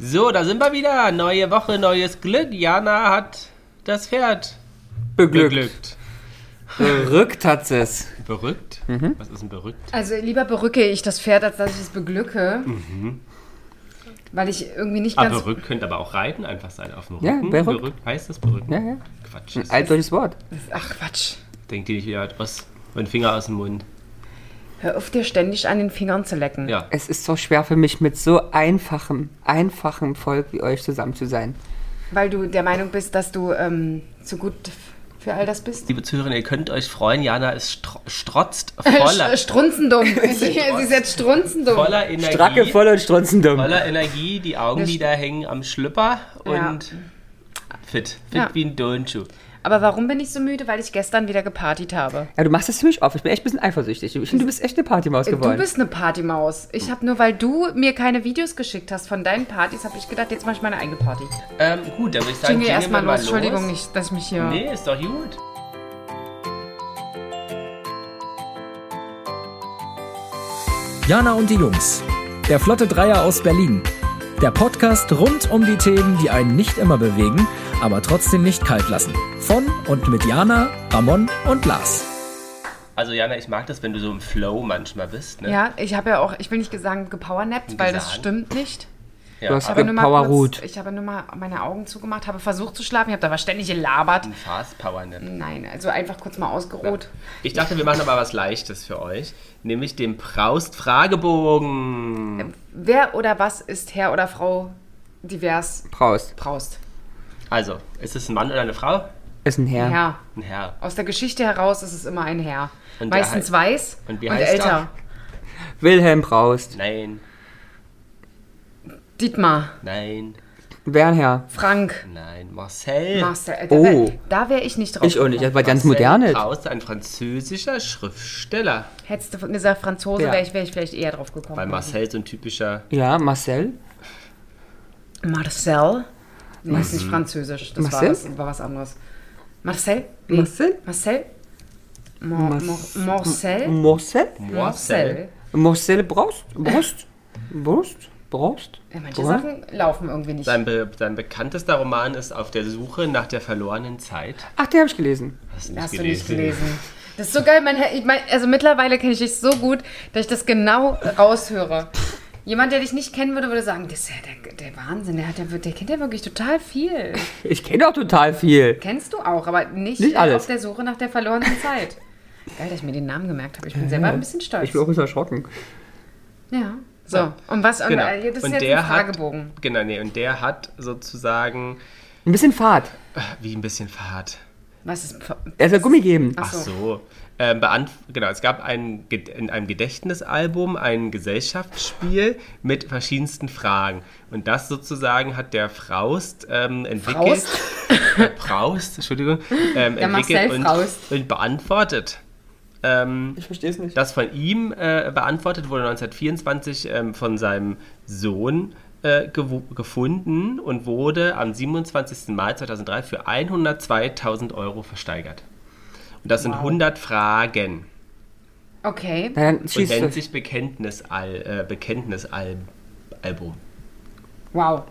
So, da sind wir wieder. Neue Woche, neues Glück. Jana hat das Pferd Beglückt. beglückt. Berückt hat es. Berückt? Mhm. Was ist denn berückt? Also lieber berücke ich das Pferd, als dass ich es beglücke. Weil ich irgendwie nicht Ah, ganz. berückt könnte Mhm. aber auch reiten einfach sein auf dem Ja, Rücken. berückt. heißt das berücken? Ja, ja. Quatsch. Ein altdeutsches Wort. Ach Quatsch. Denkt ihr nicht wieder was? Mein Finger aus dem Mund. Hör auf, dir ständig an den Fingern zu lecken. Ja. Es ist so schwer für mich, mit so einfachem, einfachem Volk wie euch zusammen zu sein. Weil du der Meinung bist, dass du ähm, zu gut f- für all das bist. Liebe Zuhörer, ihr könnt euch freuen. Jana ist stro strotzt Sch- voller, Strunzendumm. sie, sie ist jetzt strunzendumm. voller Energie. Stracke voll und strunzendumm. Voller Energie, die Augenlider hängen am Schlüpper Ja. und fit. Fit Ja. wie ein Dönschuh. Aber warum bin ich so müde? Weil ich gestern wieder gepartyt habe. Ja, du machst das ziemlich oft. Ich bin echt ein bisschen eifersüchtig. Ich finde, du bist echt eine Partymaus geworden. Du bist eine Partymaus. Ich habe nur, weil du mir keine Videos geschickt hast von deinen Partys, habe ich gedacht, jetzt mache ich meine eigene Party. Ähm, gut, dann würde ich sagen, Jingle jingeln erstmal wir mal los. Entschuldigung, nicht, dass ich mich hier. Nee, ist doch gut. Jana und die Jungs. Der Flotte Dreier aus Berlin. Der Podcast rund um die Themen, die einen nicht immer bewegen, aber trotzdem nicht kalt lassen. Von und mit Jana, Ramon und Lars. Also Jana, ich mag das, wenn du so im Flow manchmal bist. Ne? Ja, ich habe ja auch, ich will nicht sagen gepowernappt, weil das Gesagt. stimmt nicht. Ja. Du hast Aber nur mal gepowerroot. kurz, ich habe nur mal meine Augen zugemacht, habe versucht zu schlafen, ich habe da aber ständig gelabert. Ein Fast Power Nap. Nein, also einfach kurz mal ausgeruht. Ich dachte, wir machen aber was Leichtes für euch, nämlich den Proust Fragebogen. Wer oder was ist Herr oder Frau divers Braust. Braust? Also, ist es ein Mann oder eine Frau? Ist ein Herr. Herr. Ein Herr. Aus der Geschichte heraus ist es immer ein Herr. Und der Meistens hei- weiß und und, wie heißt er? älter. Wilhelm Braust. Nein, Dietmar, nein, Wernherr. Frank, nein. Marcel. Marcel. äh, Oh. Da wär, da wäre ich nicht drauf. Ich auch nicht. Das gekommen. war ganz Marcel modernes. Proust, ein französischer Schriftsteller. Hättest du gesagt Franzose, Ja. wäre ich, wär ich vielleicht eher drauf Weil gekommen. Marcel so ein typischer. Ja, Marcel. Marcel? Nee, ist nicht französisch. Das war Mhm. Marcel? was, war was anderes. Marcel? Nee. Marcel? Marcel? Mo- Mo- Marcel? Marcel? Marcel? Marcel Braust. Brust. Brust. Braust. Ja, manche Bra- Sachen laufen irgendwie nicht. Sein, be sein bekanntester Roman ist Auf der Suche nach der verlorenen Zeit. Ach, den habe ich gelesen. Hast du Hast du nicht gelesen. Das ist so geil. Mein, Herr- ich mein, also mittlerweile kenne ich dich so gut, dass ich das genau raushöre. Jemand, der dich nicht kennen würde, würde sagen, das ist ja der, der Wahnsinn. Der, hat ja, wir- der kennt ja wirklich total viel. Ich kenne doch total viel. Kennst du auch, aber nicht, äh, Nicht alles. auf der Suche nach der verlorenen Zeit. Geil, dass ich mir den Namen gemerkt habe. Ich bin selber ein bisschen stolz. Ich bin auch ein bisschen erschrocken. Ja. So, und was? Und, Genau. äh, Das ist und jetzt der ein Fragebogen. Hat, genau, nee, und der hat sozusagen Ein bisschen Fahrt. äh, wie ein bisschen Fahrt. Was ist. Er soll Gummi geben. Ach so. so. Ähm, beant- genau, es gab ein, Ge- in einem Gedächtnisalbum ein Gesellschaftsspiel mit verschiedensten Fragen. Und das sozusagen hat der Fraust ähm, entwickelt. Äh, Fraust, Entschuldigung. Ähm, Der entwickelt Marcel und, Fraust. und beantwortet. Ähm, Ich verstehe es nicht. das von ihm äh, beantwortet wurde 1924 ähm, von seinem Sohn äh, gewu- gefunden und wurde am 27. Mai 2003 für 102.000 Euro versteigert. Und das sind 100 Fragen Okay. Na, dann und nennt schießt du. sich Bekenntnisal äh, Bekenntnisalbum. Wow.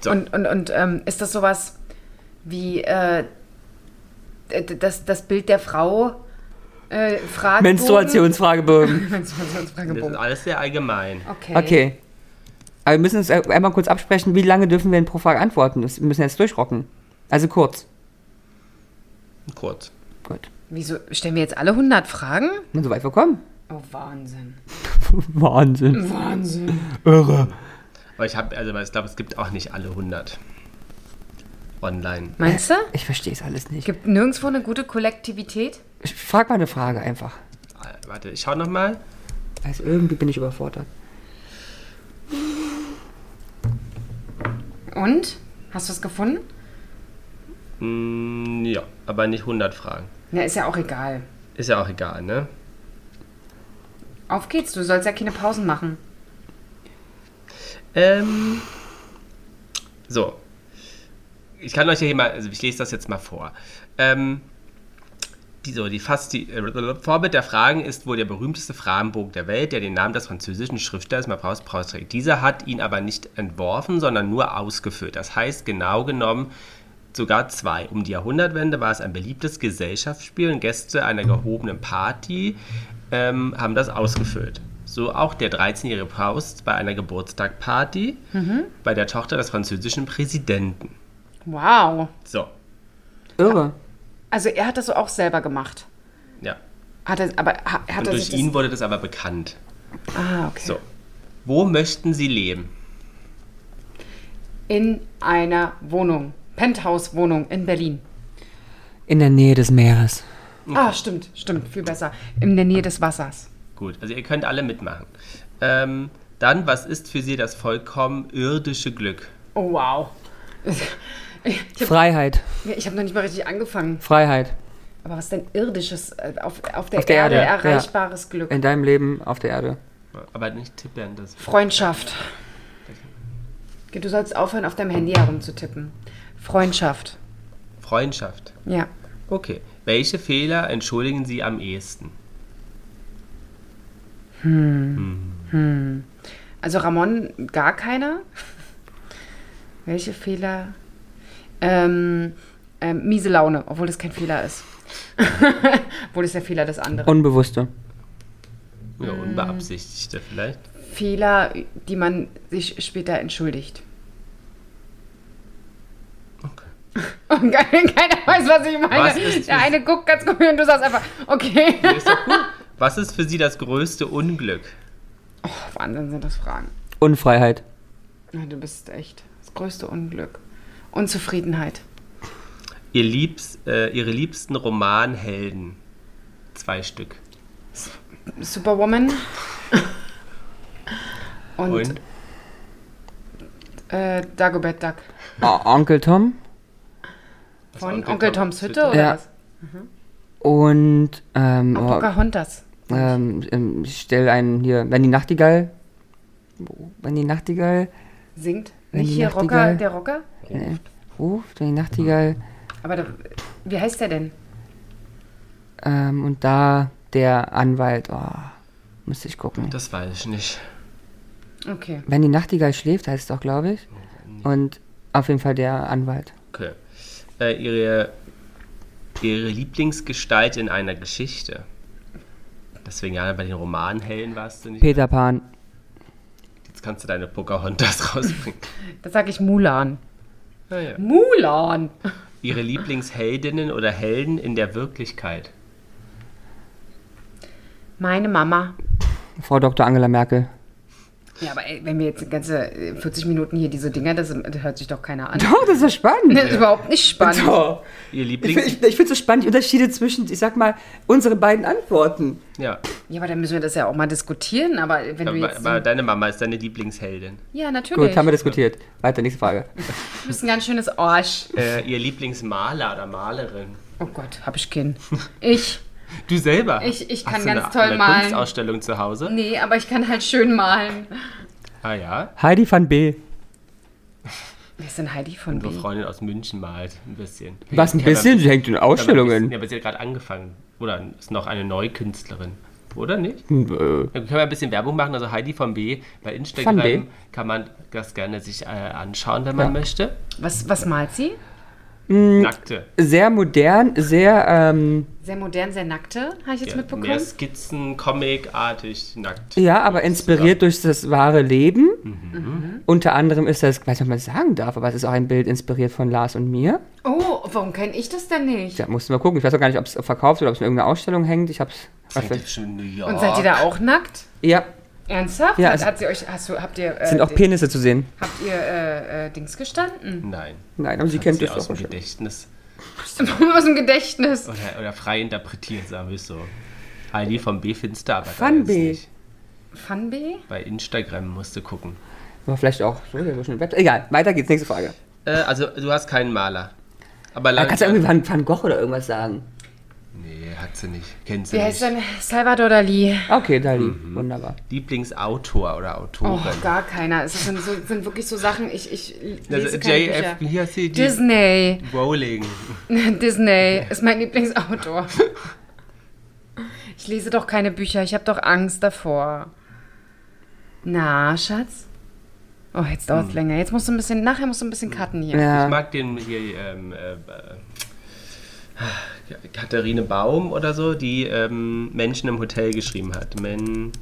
So. Und, und, und ähm, ist das sowas wie äh, d- das, das Bild der Frau? Äh, Fragebogen? Menstruationsfragebogen. Das ist Menstruationsfragebogen. alles sehr allgemein. Okay. Okay. Aber wir müssen uns einmal kurz absprechen, wie lange dürfen wir denn pro Frage antworten? Das müssen wir jetzt durchrocken. Also kurz. Kurz. Gut. Wieso stellen wir jetzt alle 100 Fragen? Na, so weit wir kommen. Oh, Wahnsinn. Wahnsinn. Wahnsinn. Aber ich habe, also ich glaube, es gibt auch nicht alle 100 online. Meinst du? Ich verstehe es alles nicht. Gibt nirgendwo eine gute Kollektivität? Ich frag mal eine Frage einfach. Äh, Warte, ich schau noch mal. Also irgendwie bin ich überfordert. Und? Hast du es gefunden? Mm, ja, aber nicht 100 Fragen. Na, ist ja auch egal. Ist ja auch egal, ne? Auf geht's, du sollst ja keine Pausen machen. Ähm, so. Ich kann euch ja hier mal, also ich lese das jetzt mal vor. Ähm, Die, so, die, fast die äh, Vorbild der Fragen ist wohl der berühmteste Fragebogen der Welt, der den Namen des französischen Schriftstellers Maupass Proust trägt. Dieser hat ihn aber nicht entworfen, sondern nur ausgeführt. Das heißt, genau genommen sogar zwei. Um die Jahrhundertwende war es ein beliebtes Gesellschaftsspiel und Gäste einer gehobenen Party ähm, haben das ausgefüllt. So auch der 13-jährige Proust bei einer Geburtstagparty Mhm. bei der Tochter des französischen Präsidenten. Wow. So, Irre. Also er hat das so auch selber gemacht. ja. Hat er, aber ha- hat Und er durch sich ihn wurde das aber bekannt. das, ah, okay. So. Wo möchten Sie leben? In einer Wohnung. Penthouse-Wohnung in Berlin. In der Nähe des Meeres. Ah, stimmt, stimmt, viel besser. In der Nähe des Wassers. Gut, also ihr könnt alle mitmachen. Ähm, dann, was ist für Sie das vollkommen irdische Glück? Oh, wow. Ich habe Freiheit. hab noch nicht mal richtig angefangen. Freiheit. Aber was denn irdisches, äh, auf, auf, der, Auf der Erde, Erde, ja. erreichbares Glück? In deinem Leben auf der Erde. Aber nicht tippen, das. Freundschaft. Du sollst aufhören, auf deinem Handy herumzutippen. Freundschaft. Freundschaft. Ja. Okay. Welche Fehler entschuldigen Sie am ehesten? Also Ramon gar keiner. Welche Fehler? Ähm, ähm, miese Laune, obwohl das kein Fehler ist. obwohl es der Fehler des anderen. Unbewusste. Ja, unbeabsichtigte vielleicht. Fehler, die man sich später entschuldigt. Und keiner, keiner weiß, was ich meine. Was ist der das? eine guckt ganz komisch und du sagst einfach, okay. Ist doch gut. Was ist für Sie das größte Unglück? Puh, Oh, Wahnsinn sind das Fragen. Unfreiheit. Na, du bist echt das größte Unglück. Unzufriedenheit. Ihr liebst, äh, ihre liebsten Romanhelden. Zwei Stück. Superwoman. Und, Und? Äh, Dagobert Duck. O Ah, Onkel Tom Von Onkel Onkel, Tom- Toms Hütte oder Ja. was? und ähm, oh, Pocahontas. ähm, ähm, ich stell einen hier, wenn die Nachtigall, wenn die Nachtigall Singt. Wenn Nicht die hier Rocker, Nachtigall- der Rocker? äh, ruft, wenn die Nachtigall Aber da, wie heißt der denn? ähm, und da der Anwalt, oh, müsste ich gucken. Das weiß ich nicht. Okay. Wenn die Nachtigall schläft, heißt es doch, glaube ich. Und auf jeden Fall der Anwalt. Okay. Äh, ihre, ihre Lieblingsgestalt in einer Geschichte. Deswegen ja, bei den Romanhelden warst du nicht. Peter Pan. Jetzt kannst du deine Pocahontas rausbringen. Das sage ich Mulan. Naja. Mulan! Ihre Lieblingsheldinnen oder Helden in der Wirklichkeit. Meine Mama. Frau Dr. Angela Merkel. Ja, aber ey, wenn wir jetzt die ganze äh, 40 Minuten hier diese Dinger, das, das hört sich doch keiner an. Doch, das ist doch spannend. Das ist überhaupt nicht spannend. Doch. Ihr Ich, Lieblings. ich, ich finde es so spannend, die Unterschiede zwischen, ich sag mal, unseren beiden Antworten. Ja, Ja, aber dann müssen wir das ja auch mal diskutieren. Aber wenn du aber, jetzt. aber deine Mama ist deine Lieblingsheldin. ja, natürlich. Gut, haben wir diskutiert. Weiter, nächste Frage. Du bist ein ganz schönes Arsch. Äh, ihr Lieblingsmaler oder Malerin. Oh Gott, hab ich keinen. Ich. Du selber? Ich- ich kann Hast du ganz eine, toll eine malen. Kunstausstellung zu Hause? Nee, aber ich kann halt schön malen. Ah ja. Heidi van B. Wer ist denn Heidi von Unsere B? Freundin aus München malt ein bisschen. Was ein bisschen, sie hängt in Ja, Ausstellungen. aber sie hat gerade angefangen. Oder ist noch eine Neukünstlerin. Oder nicht? Äh, Dann können wir ein bisschen Werbung machen. Also Heidi von B. Bei Instagram Von B. kann man das gerne sich äh, anschauen, wenn man möchte. Was, was malt sie? Hm. Nackte. Sehr modern, sehr, ähm, Sehr modern, sehr nackte, habe ich jetzt mitbekommen. Mehr Skizzen, Comic-artig, nackt. ja, aber inspiriert durch das wahre Leben. Mhm. Unter anderem ist das, ich weiß nicht, ob man es sagen darf, aber es ist auch ein Bild inspiriert von Lars und mir. Oh, warum kenne ich das denn nicht? Da mussten wir gucken. Ich weiß auch gar nicht, ob es verkauft oder ob es in irgendeiner Ausstellung hängt. Ich hab's. Das hängt schon in halt New York. Und seid ihr da auch nackt? Ja, Ernsthaft? Ja, hat, also- hat sie euch, hast du, habt ihr, äh, sind auch den- Penisse zu sehen. habt ihr äh, äh, Dings gestanden? Nein. Nein, aber sie Hat kennt sie es aus doch dem bestimmt. Gedächtnis. Aus dem Gedächtnis. Oder, oder frei interpretiert, sagen wir es so. Heidi von B. findest du aber Von bei B. Uns nicht. Fun B? Bei Instagram musst du gucken. Aber vielleicht auch. So, der war schon im Bett. Egal, weiter geht's. Nächste Frage. Äh, also, du hast keinen Maler. Aber Da lang. kannst du irgendwie Van, Van Gogh oder irgendwas sagen. nee, hat Sagt sie nicht. Kennt sie Wie heißt nicht. denn Salvador Dali? Okay, Dali, Mhm. wunderbar. Lieblingsautor oder Oh, Autorin. gar keiner. Es sind, so, sind wirklich so Sachen, ich, ich lese also keine JF, Bücher. hier hast du die Disney. Rowling. Disney ist mein Lieblingsautor. Ich lese doch keine Bücher, ich habe doch Angst davor. Na, Schatz? Oh, jetzt dauert's Hm. länger. Jetzt musst du ein bisschen, nachher musst du ein bisschen cutten hier. Ich Ja. mag den hier, ähm, äh, äh, Katharine Baum oder so, die ähm, Menschen im Hotel geschrieben hat. Men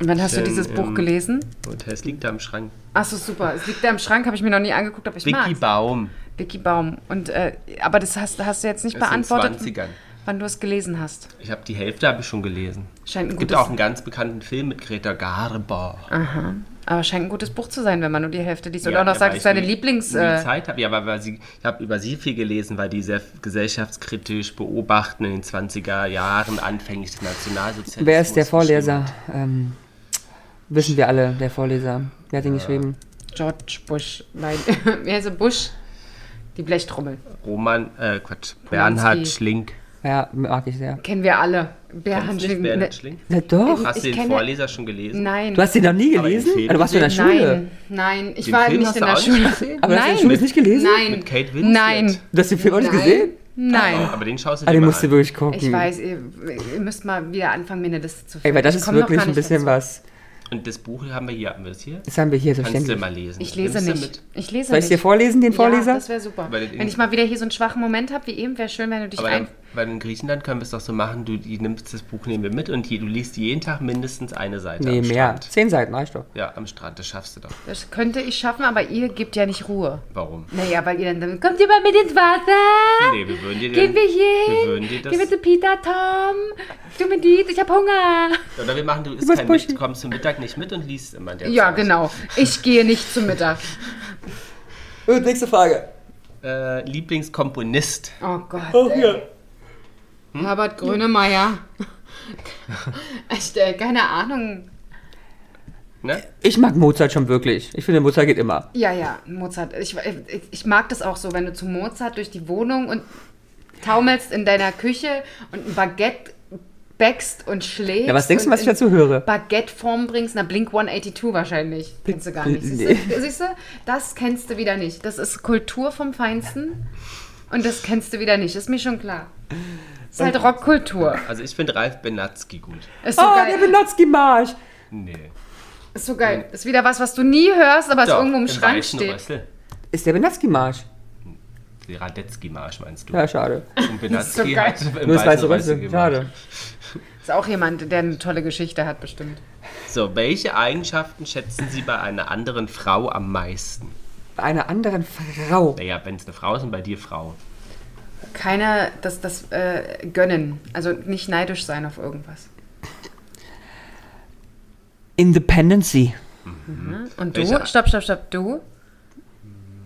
Und wann hast du Schön, dieses Buch ähm, gelesen? Hotel, es liegt da im Schrank. Achso, super. Es liegt da im Schrank, habe ich mir noch nie angeguckt, aber ich Vicky mag Baum Vicky Baum. Und, äh, aber das hast, hast du jetzt nicht ist beantwortet, in den 20ern. wann du es gelesen hast. Ich habe die Hälfte habe ich schon gelesen. Scheint ein Es gibt gutes- auch einen ganz bekannten Film mit Greta Garbo. Aha. Aber scheint ein gutes Buch zu sein, wenn man nur die Hälfte liest. Und Ja, auch noch ja, sagt, weil es ist deine ich nie- Lieblings... nie Äh, Zeit habe. Ja, aber weil sie, ich habe über sie viel gelesen, weil die sehr gesellschaftskritisch beobachten in den 20er Jahren anfänglich des Nationalsozialismus. Wer ist der geschrieben Vorleser? Ähm, wissen wir alle, der Vorleser. Wer hat den geschrieben? George Bush. Nein, wie heißt er? Bush? Die Blechtrommel. hat. Roman, äh, Quatsch, Bernhard Schlink. Ja, mag ich sehr. Kennen wir alle. Bernd Kennst du nicht Schlingen- Bernhard Schlink? Ja, Hast du doch. Ne, ich den kenne- Vorleser schon gelesen? Nein. Du hast den noch nie Aber gelesen? den Film- Ah, Du warst in der Schule. Nein, nein. Ich Den war Film nicht hast in du der auch nicht Schule. gesehen? Aber du hast nein. den Schule nicht gelesen? Nein. Mit Kate Winslet. Nein. Du hast den Film auch nicht gesehen? Nein. Aber den schaust du Ah, dir den mal musst du an. wirklich gucken. Ich weiß, ihr, ihr müsst mal wieder anfangen, mir eine Liste zu finden. Ey, weil das Ich ist komm noch wirklich gar ein nicht bisschen dazu. was. Und das Buch haben wir hier, haben wir das hier? Das haben wir hier so Kannst du ständig. mal lesen. Ich lese Nimmst du nicht. Ich lese Soll ich nicht. dir vorlesen, den Ja, Vorleser? das wäre super. Weil den- Wenn ich mal wieder hier so einen schwachen Moment habe wie eben, wäre schön, wenn du dich Aber ein... dann, weil in Griechenland können wir es doch so machen, du die nimmst das Buch, nehmen wir mit und hier, du liest jeden Tag mindestens eine Seite Nee, am mehr. Strand. Zehn Seiten reicht doch. Ja, am Strand, das schaffst du doch. Das könnte ich schaffen, aber ihr gebt ja nicht Ruhe. Warum? Naja, weil ihr dann... dann Kommt ihr mal mit ins Wasser? Nee, wir würden dir Gehen wir hier Wir hin? würden dir das. Gehen wir zu Peter, Tom? Du mit Dietz, ich hab Hunger. Oder wir machen, du isst musst kein mit, pushen. kommst zum Mittag nicht mit und liest immer in der Ja, Zeit. genau. Ich gehe nicht zum Mittag. Gut, nächste Frage. Äh, Lieblingskomponist. Oh Gott. Hm? Oh, hier. Herbert Grönemeyer. Ich, äh, keine Ahnung. Ne? Ich mag Mozart schon wirklich. Ich finde, Mozart geht immer. Ja, ja, Mozart. Ich, ich, ich mag das auch so, wenn du zu Mozart durch die Wohnung und taumelst in deiner Küche und ein Baguette backst und schlägst. Ja, was denkst du, und was ich in dazu höre? Baguette-Form bringst? Na, Blink 182 wahrscheinlich. Kennst du gar nicht. Siehst Nee. du, siehst du? Das kennst du wieder nicht. Das ist Kultur vom Feinsten. Und das kennst du wieder nicht. Ist mir schon klar. Ist halt Rockkultur. Also ich finde Ralf Benatzky gut. Ist so Oh, geil. der Benotzki-Marsch. Nee. Ist so geil. Ist wieder was, was du nie hörst, aber es irgendwo im Schrank Weißen steht. Rössel. Ist der Benotzki-Marsch? Die Radetzky-Marsch meinst du? Ja, schade. Und so Benatzky geil. hat im Nur Weißen das weiße Rössel Rössel. gemacht. Schade. Ist auch jemand, der eine tolle Geschichte hat, bestimmt. So, welche Eigenschaften schätzen Sie bei einer anderen Frau am meisten? Bei einer anderen Frau. Naja, wenn es eine Frau ist und bei dir Frau. Keiner, das, das äh, gönnen. Also nicht neidisch sein auf irgendwas. Independency. Und du? Welcher- Stopp, stopp, stopp. Du?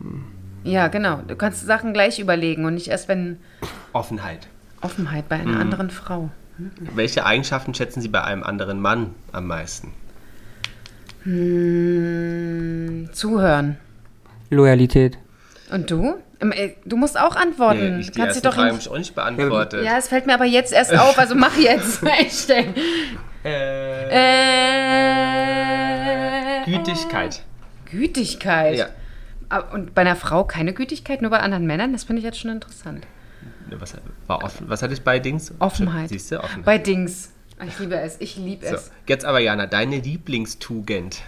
Hm. Ja, genau. Du kannst Sachen gleich überlegen und nicht erst, wenn Offenheit. Offenheit bei Hm. einer anderen Frau. Welche Eigenschaften schätzen Sie bei einem anderen Mann am meisten? Hm, zuhören. Loyalität. Und du? Ähm, ey, Du musst auch antworten. ich, die Hm, kannst du ersten doch Frage habe nicht- ich auch nicht beantwortet. Ja, es fällt mir aber jetzt erst auf, also mach jetzt. Echt, ey. Äh, Äh, Gütigkeit. Gütigkeit. Ja. Ah, Und bei einer Frau keine Gütigkeit, nur bei anderen Männern? Das finde ich jetzt schon interessant. Ne, Was, war offen, was hatte ich bei Dings? Offenheit. Siehst du, Offenheit. Bei Dings. Ah, Ich liebe es. Ich liebe so. es. Jetzt aber, Jana, deine Lieblingstugend.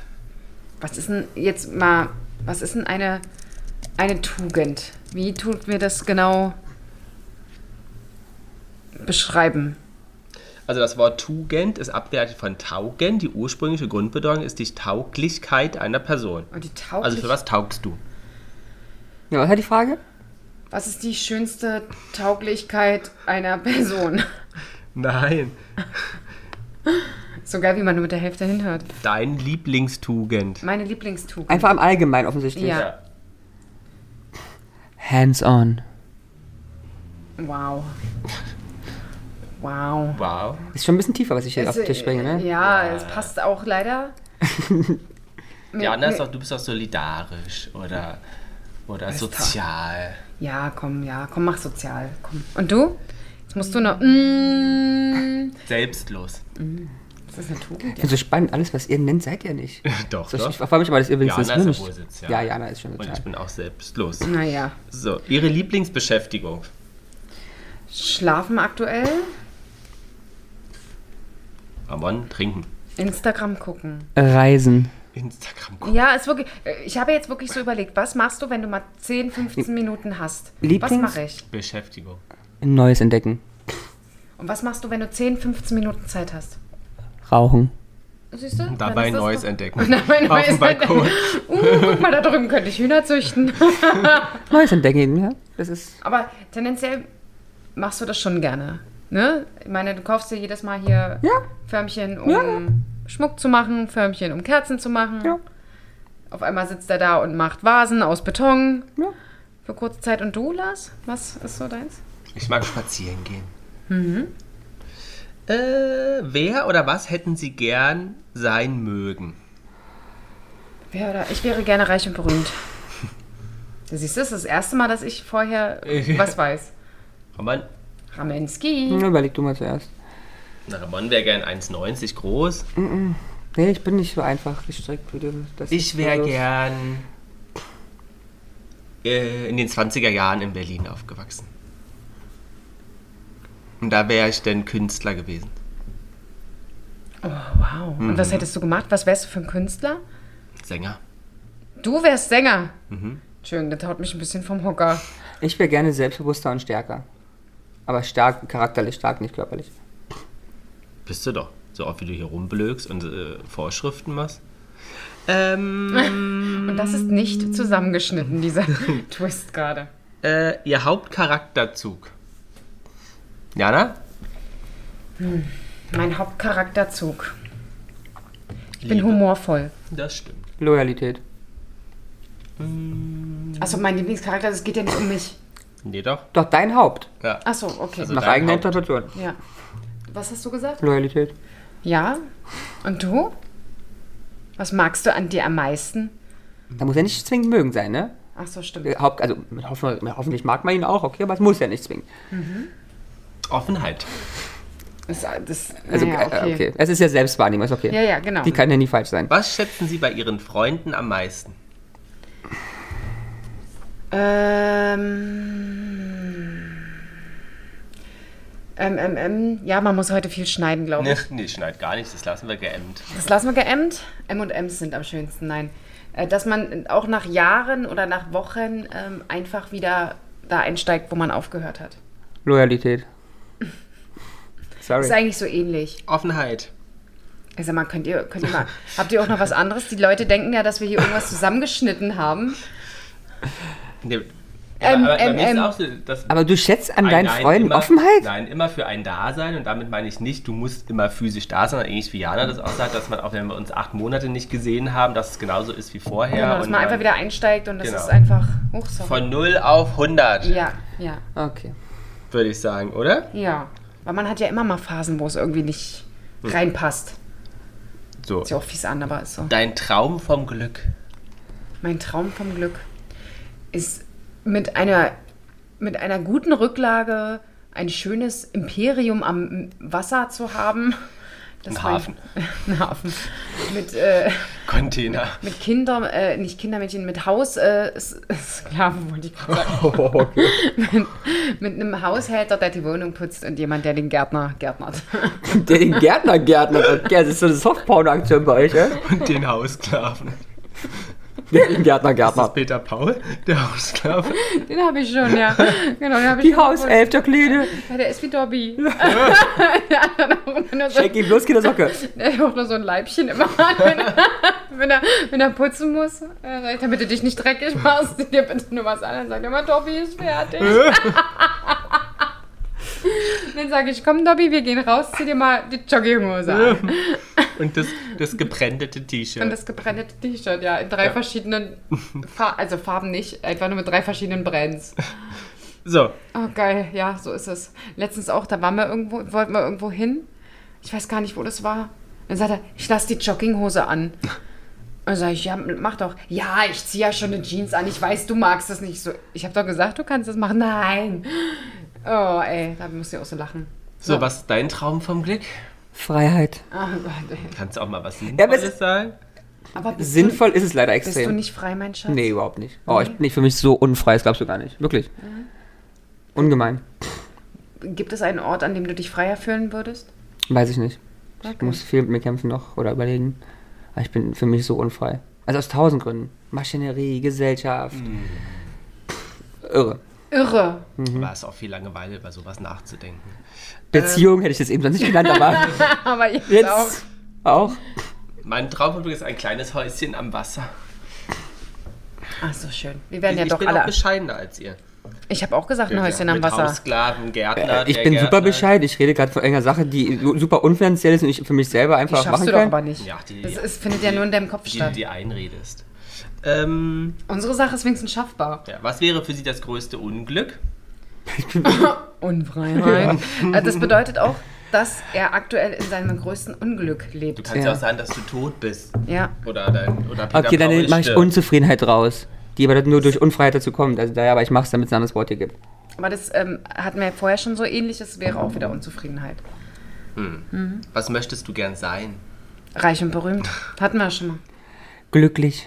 Was ist denn jetzt mal, was ist denn eine, eine Tugend? Wie tut mir das genau beschreiben? Also das Wort Tugend ist abgeleitet von Taugen. Die ursprüngliche Grundbedeutung ist die Tauglichkeit einer Person. Und die Tauglich Also für was taugst du? Ja, was hat die Frage? was ist die schönste Tauglichkeit einer Person? Nein. So geil, wie man nur mit der Hälfte hinhört. Deine Lieblingstugend. Meine Lieblingstugend. Einfach im Allgemeinen offensichtlich. Ja. Hands-on. Wow. Wow. Wow. Ist schon ein bisschen tiefer, was ich hier auf Es- den Tisch bringe, ne? Ja, es passt auch leider. Mir- Jana, ist mir- doch, du bist doch solidarisch oder, oder sozial. Ja, komm, ja, komm, mach sozial. Komm. Und du? Jetzt musst du noch. Mm, Selbstlos. das ist eine Tugend. Ich finde so spannend, alles, was ihr nennt, seid ihr nicht. Doch, So, ich, ich doch. freue mich mal, dass ihr übrigens Jana das ist der wünscht. Vorsitz, ja. ja. Jana ist schon Und total. ich bin auch selbstlos. Naja. So, ihre Lieblingsbeschäftigung. Schlafen aktuell, Ramon, trinken. Instagram gucken. Reisen. Instagram gucken. Ja, ist wirklich. äh, Ich habe jetzt wirklich so überlegt, was machst du, wenn du mal 10, 15 Minuten hast? Was Lieblings- mache ich? Beschäftigung. Ein Neues entdecken. Und was machst du, wenn du 10, 15 Minuten Zeit hast? Rauchen. Siehst du? Dabei Dann ist das Neues doch- entdecken. Dabei ein Auf neues dem Balkon. entdecken. Uh, guck mal, da drüben könnte ich Hühner züchten. Neues entdecken, ja. Das ist. Aber tendenziell machst du das schon gerne. Ne? Ich meine, du kaufst dir jedes Mal hier Ja. Förmchen, um Ja. Schmuck zu machen, Förmchen, um Kerzen zu machen. Ja. Auf einmal sitzt er da und macht Vasen aus Beton. Ja. Für kurze Zeit. Und du, Lars? Was ist so deins? Ich mag spazieren gehen. Äh, wer oder was hätten Sie gern sein mögen? Wer oder ich wäre gerne reich und berühmt. Du siehst, das ist das erste Mal, dass ich vorher was weiß. Ramon, Ramenski. Na, Überleg du mal zuerst. na, Ramon wäre gern 1,90 groß. Nee, ich bin nicht so einfach gestrickt, wie du das Ich wäre also- gern äh, in den 20er Jahren in Berlin aufgewachsen. Und da wäre ich denn Künstler gewesen. Oh, wow. Und was hättest du gemacht? Was wärst du für ein Künstler? Sänger. Du wärst Sänger. Entschuldigung, das haut mich ein bisschen vom Hocker. Ich wäre gerne selbstbewusster und stärker. Aber stark, charakterlich stark, nicht körperlich. Bist du doch. So oft wie du hier rumblökst und äh, Vorschriften machst. Ähm, Und das ist Mm. nicht zusammengeschnitten, dieser Twist gerade. äh, ihr Hauptcharakterzug. Jana? Mein Hauptcharakterzug. Ich bin humorvoll. Das stimmt. Loyalität. Achso, Also mein Lieblingscharakter, es geht ja nicht um mich. Nee, doch. Doch dein Haupt. Ja. Achso, okay. Also- Nach dein eigener Haupt. Interpretation. ja. Was hast du gesagt? Loyalität. Ja. Und du? Was magst du an dir am meisten? Da muss er nicht zwingend mögen sein, ne? Achso, stimmt. Äh, Haupt, also mit Hoffnung, mit hoffentlich mag man ihn auch, okay, aber es muss ja nicht zwingend. Offenheit. Das, das, Also, naja, äh, okay. Es ist ja Selbstwahrnehmung, ist okay. Ja, ja, genau. Die kann ja nie falsch sein. Was schätzen Sie bei Ihren Freunden am meisten? Ähm, ähm, ähm, ähm, ja, man muss heute viel schneiden, glaube Nee, ich. nee, schneid gar nicht, das lassen wir geämmt. Das lassen wir geämmt. M und M's sind am schönsten, nein. Äh, Dass man auch nach Jahren oder nach Wochen ähm, einfach wieder da einsteigt, wo man aufgehört hat. Loyalität. Ist Sorry. eigentlich so ähnlich. Offenheit. Ich sag mal, könnt ihr, könnt ihr mal, habt ihr auch noch was anderes? Die Leute denken ja, dass wir hier irgendwas zusammengeschnitten haben. Nee. Ähm, aber, aber ähm, bei mir ähm. ist auch so, dass Aber du schätzt an Nein, deinen nein, Freunden immer, Offenheit? Nein, immer für ein Dasein und damit meine ich nicht, du musst immer physisch da sein, ähnlich wie Jana das auch sagt, dass man auch wenn wir uns acht Monate nicht gesehen haben, dass es genauso ist wie vorher. Genau, dass und man einfach wieder einsteigt und das Genau. ist einfach. Oh, sorry. von 0 auf 100, Ja, ja. Okay. würde ich sagen, oder? Ja, weil man hat ja immer mal Phasen, wo es irgendwie nicht Hm. reinpasst. So. Hört sich auch fies an, aber ist so. Dein Traum vom Glück. Mein Traum vom Glück ist mit einer, mit einer guten Rücklage ein schönes Imperium am Wasser zu haben. Das Ein mein- Hafen. Ein Hafen. Mit, äh, Container. mit Kindern, äh, nicht Kindermädchen, mit Haus, äh, S- Sklaven wollte ich gerade sagen. mit, mit einem Haushälter, der die Wohnung putzt und jemand, der den Gärtner gärtnert. Der den Gärtner Gärtner. Okay, das ist so eine Softporn-Aktion bei euch, ja? Und den Hausklaven. Der den Gärtner Ist das Gärtner. Peter Paul, der Hausklave? Den habe ich schon, ja. Genau, den habe ich Die schon gefunden. Hauself, der Kleine. Ja, der ist wie Dobby. der andere hat auch nur so, Schenk ihm bloß keine Socke. der hat auch nur so ein Leibchen immer an, wenn er, wenn er, wenn er putzen muss. Er sagt, damit du dich nicht dreckig machst, zieh dir bitte nur was an. Dann sagt er immer, Dobby ist fertig. dann sage ich, komm Dobby, wir gehen raus, zieh dir mal die Jogginghose Äh? an. Und das, das gebrändete Und T-Shirt. das gebrennete T-Shirt, ja, in drei verschiedenen, Fa also Farben nicht, einfach nur mit drei verschiedenen Brands. So, Oh, geil, ja, so ist es. Letztens auch, da waren wir irgendwo, wollten wir irgendwo hin. Ich weiß gar nicht, wo das war. Dann sagt er, ich lasse die Jogginghose an. Dann sage ich, ja, mach doch. Ja, ich ziehe ja schon eine Jeans an. Ich weiß, du magst das nicht so. Ich habe doch gesagt, du kannst das machen. Nein. Oh, ey, da muss ich auch so lachen. So, was ist dein Traum vom Glück? Freiheit. Oh Gott, ey. Kannst auch mal was aber Sinnvolles es- sagen? Aber bist Sinnvoll ist es leider Du, bist du extrem. nicht Mhm. frei, mein Schatz? nee, überhaupt nicht. Oh, ich bin nicht für mich so unfrei, das glaubst du gar nicht. Wirklich. Ungemein. Gibt es einen Ort, an dem du dich freier fühlen würdest? Weiß ich nicht. Ich Okay. muss viel mit mir kämpfen noch oder überlegen. Aber ich bin für mich so unfrei. Also aus tausend Gründen. Maschinerie, Gesellschaft. Hm. Irre. Irre. War es auch viel Langeweile, über sowas nachzudenken. Beziehung hätte ich das eben sonst nicht genannt, aber Aber jetzt, auch. jetzt auch. Mein Traum vom Glück ist ein kleines Häuschen am Wasser. Ach so schön. Wir werden ich ja ich doch bin auch alle. bescheidener als ihr. Ich habe auch gesagt, ein Häuschen am Mit Wasser. Haussklaven, Gärtner. Äh, Ich der bin Gärtner. super bescheiden. Ich rede gerade von einer Sache, die so- super unfinanziell ist und ich für mich selber Die einfach schaffst machen du doch kann. aber nicht. Ja, die, das ist, findet ja nur in deinem Kopf die, statt. die einredest. Ähm, Unsere Sache ist wenigstens schaffbar. ja, was wäre für Sie das größte Unglück? Unfreiheit. Also Das bedeutet auch, dass er aktuell in seinem größten Unglück lebt. Du kannst Tja. ja auch sagen, dass du tot bist. ja. Oder dein oder Peter Okay, dann Paul mache ich stirbt. Unzufriedenheit raus. Die aber nur durch Unfreiheit dazu kommt. Also daher, aber ich mache es, damit es ein anderes Wort hier gibt. Aber das ähm, hatten wir ja vorher schon so ähnlich, das wäre auch wieder Unzufriedenheit. Was möchtest du gern sein? Reich und berühmt. Hatten wir schon mal. Glücklich.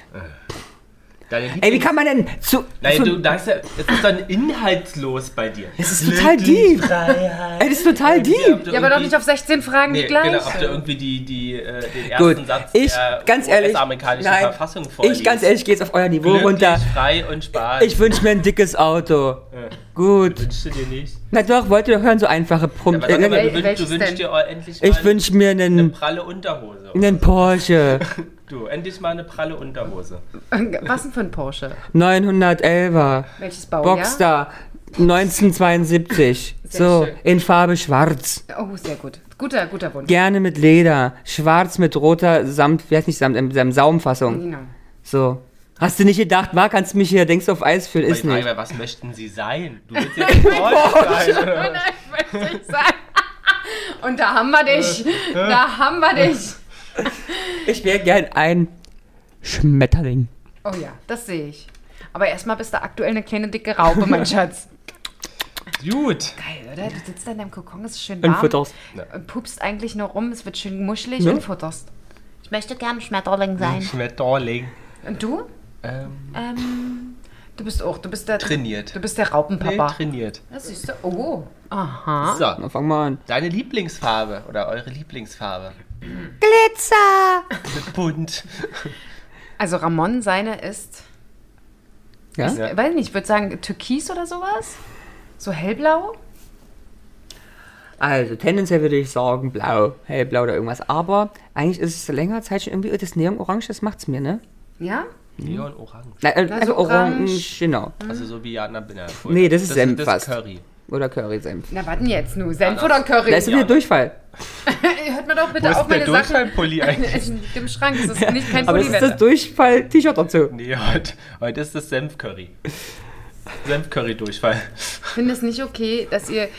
Deine Ey, wie Lieblings- kann man denn zu. Nein, zu du sagst ja, es ist dann inhaltslos bei dir. das ist total deep. Ey, das ist total deep. Ja, aber doch nicht auf 16 Fragen die gleiche. genau, ob du irgendwie die, die, äh, den ersten Gut, Satz ich, der ganz ehrlich, amerikanischen nein, Verfassung vorliest. ich, ganz ehrlich, gehe jetzt auf euer Niveau Glücklich, runter. frei und Spaß. Ich wünsche mir ein dickes Auto. Gut. wünsche dir nicht. Na doch, wollt ihr doch hören, so einfache Pump. Aber sag mal, äh, du, wünsch, welches du wünschst denn? dir all- endlich mal ich wünsche mir eine einen, pralle Unterhose. einen Porsche. Du, endlich mal eine pralle Unterhose. Was denn für ein Porsche? 911er. Welches Baujahr? Boxster. 1972. Sehr So, schön. in Farbe schwarz. Oh, sehr gut. Guter, guter Wunsch. Gerne mit Leder. Schwarz mit roter Samt, wie heißt nicht Samt, ähm, Samt Saumfassung. Genau. So. Hast du nicht gedacht, Marc, kannst du mich hier, denkst du auf Eis fühlen? Ist Die Frage nicht. wäre, was möchten sie sein? Du willst jetzt Porsche sein. oder? Nein, möchte ich sagen. Und da haben wir Äh, dich. Da haben wir dich. Ich wäre gern ein Schmetterling. Oh ja, das sehe ich. Aber erstmal bist du aktuell eine kleine dicke Raupe, mein Schatz. Gut. Geil, oder? Du sitzt da in deinem Kokon, es ist schön warm. Und futterst. Und pupst eigentlich nur rum, es wird schön muschelig Ja. und futterst. Ich möchte gern Schmetterling sein. Schmetterling. Und du? Ähm, Ähm, du bist auch, du bist der... trainiert. Du bist der Nee, Raupenpapa. trainiert. das siehst du. Oh. Aha. So, Na, fang mal an. deine Lieblingsfarbe oder eure Lieblingsfarbe? Glitzer! Bunt. Also Ramon, seine ist... Ja? Ja. Weiß nicht, ich würde sagen Türkis oder sowas? So hellblau? Also, tendenziell würde ich sagen, blau, hellblau oder irgendwas. Aber eigentlich ist es seit längerer Zeit schon irgendwie, oh, das Neon-Orange, das macht's mir, ne? Ja? Neon Orange. Na, äh, Na, also so orange, orange. genau. Also so wie Jana Binner. vorhin. Nee, das ist Senf das fast. Curry. Oder Curry-Senf. Na, warten jetzt nur. Ananas. Senf oder Curry? Da ist wieder Durchfall. Hört mir doch Wo bitte ist auf, denn der meine Sachen. Durchfallpulli eigentlich? Es liegt im Schrank, es ist nicht kein Aber es ist das Pulliwetter. Durchfall-T-Shirt dazu. Nee, heute, heute ist das Senfcurry. Senfcurry-Durchfall. Ich finde es nicht okay, dass ihr.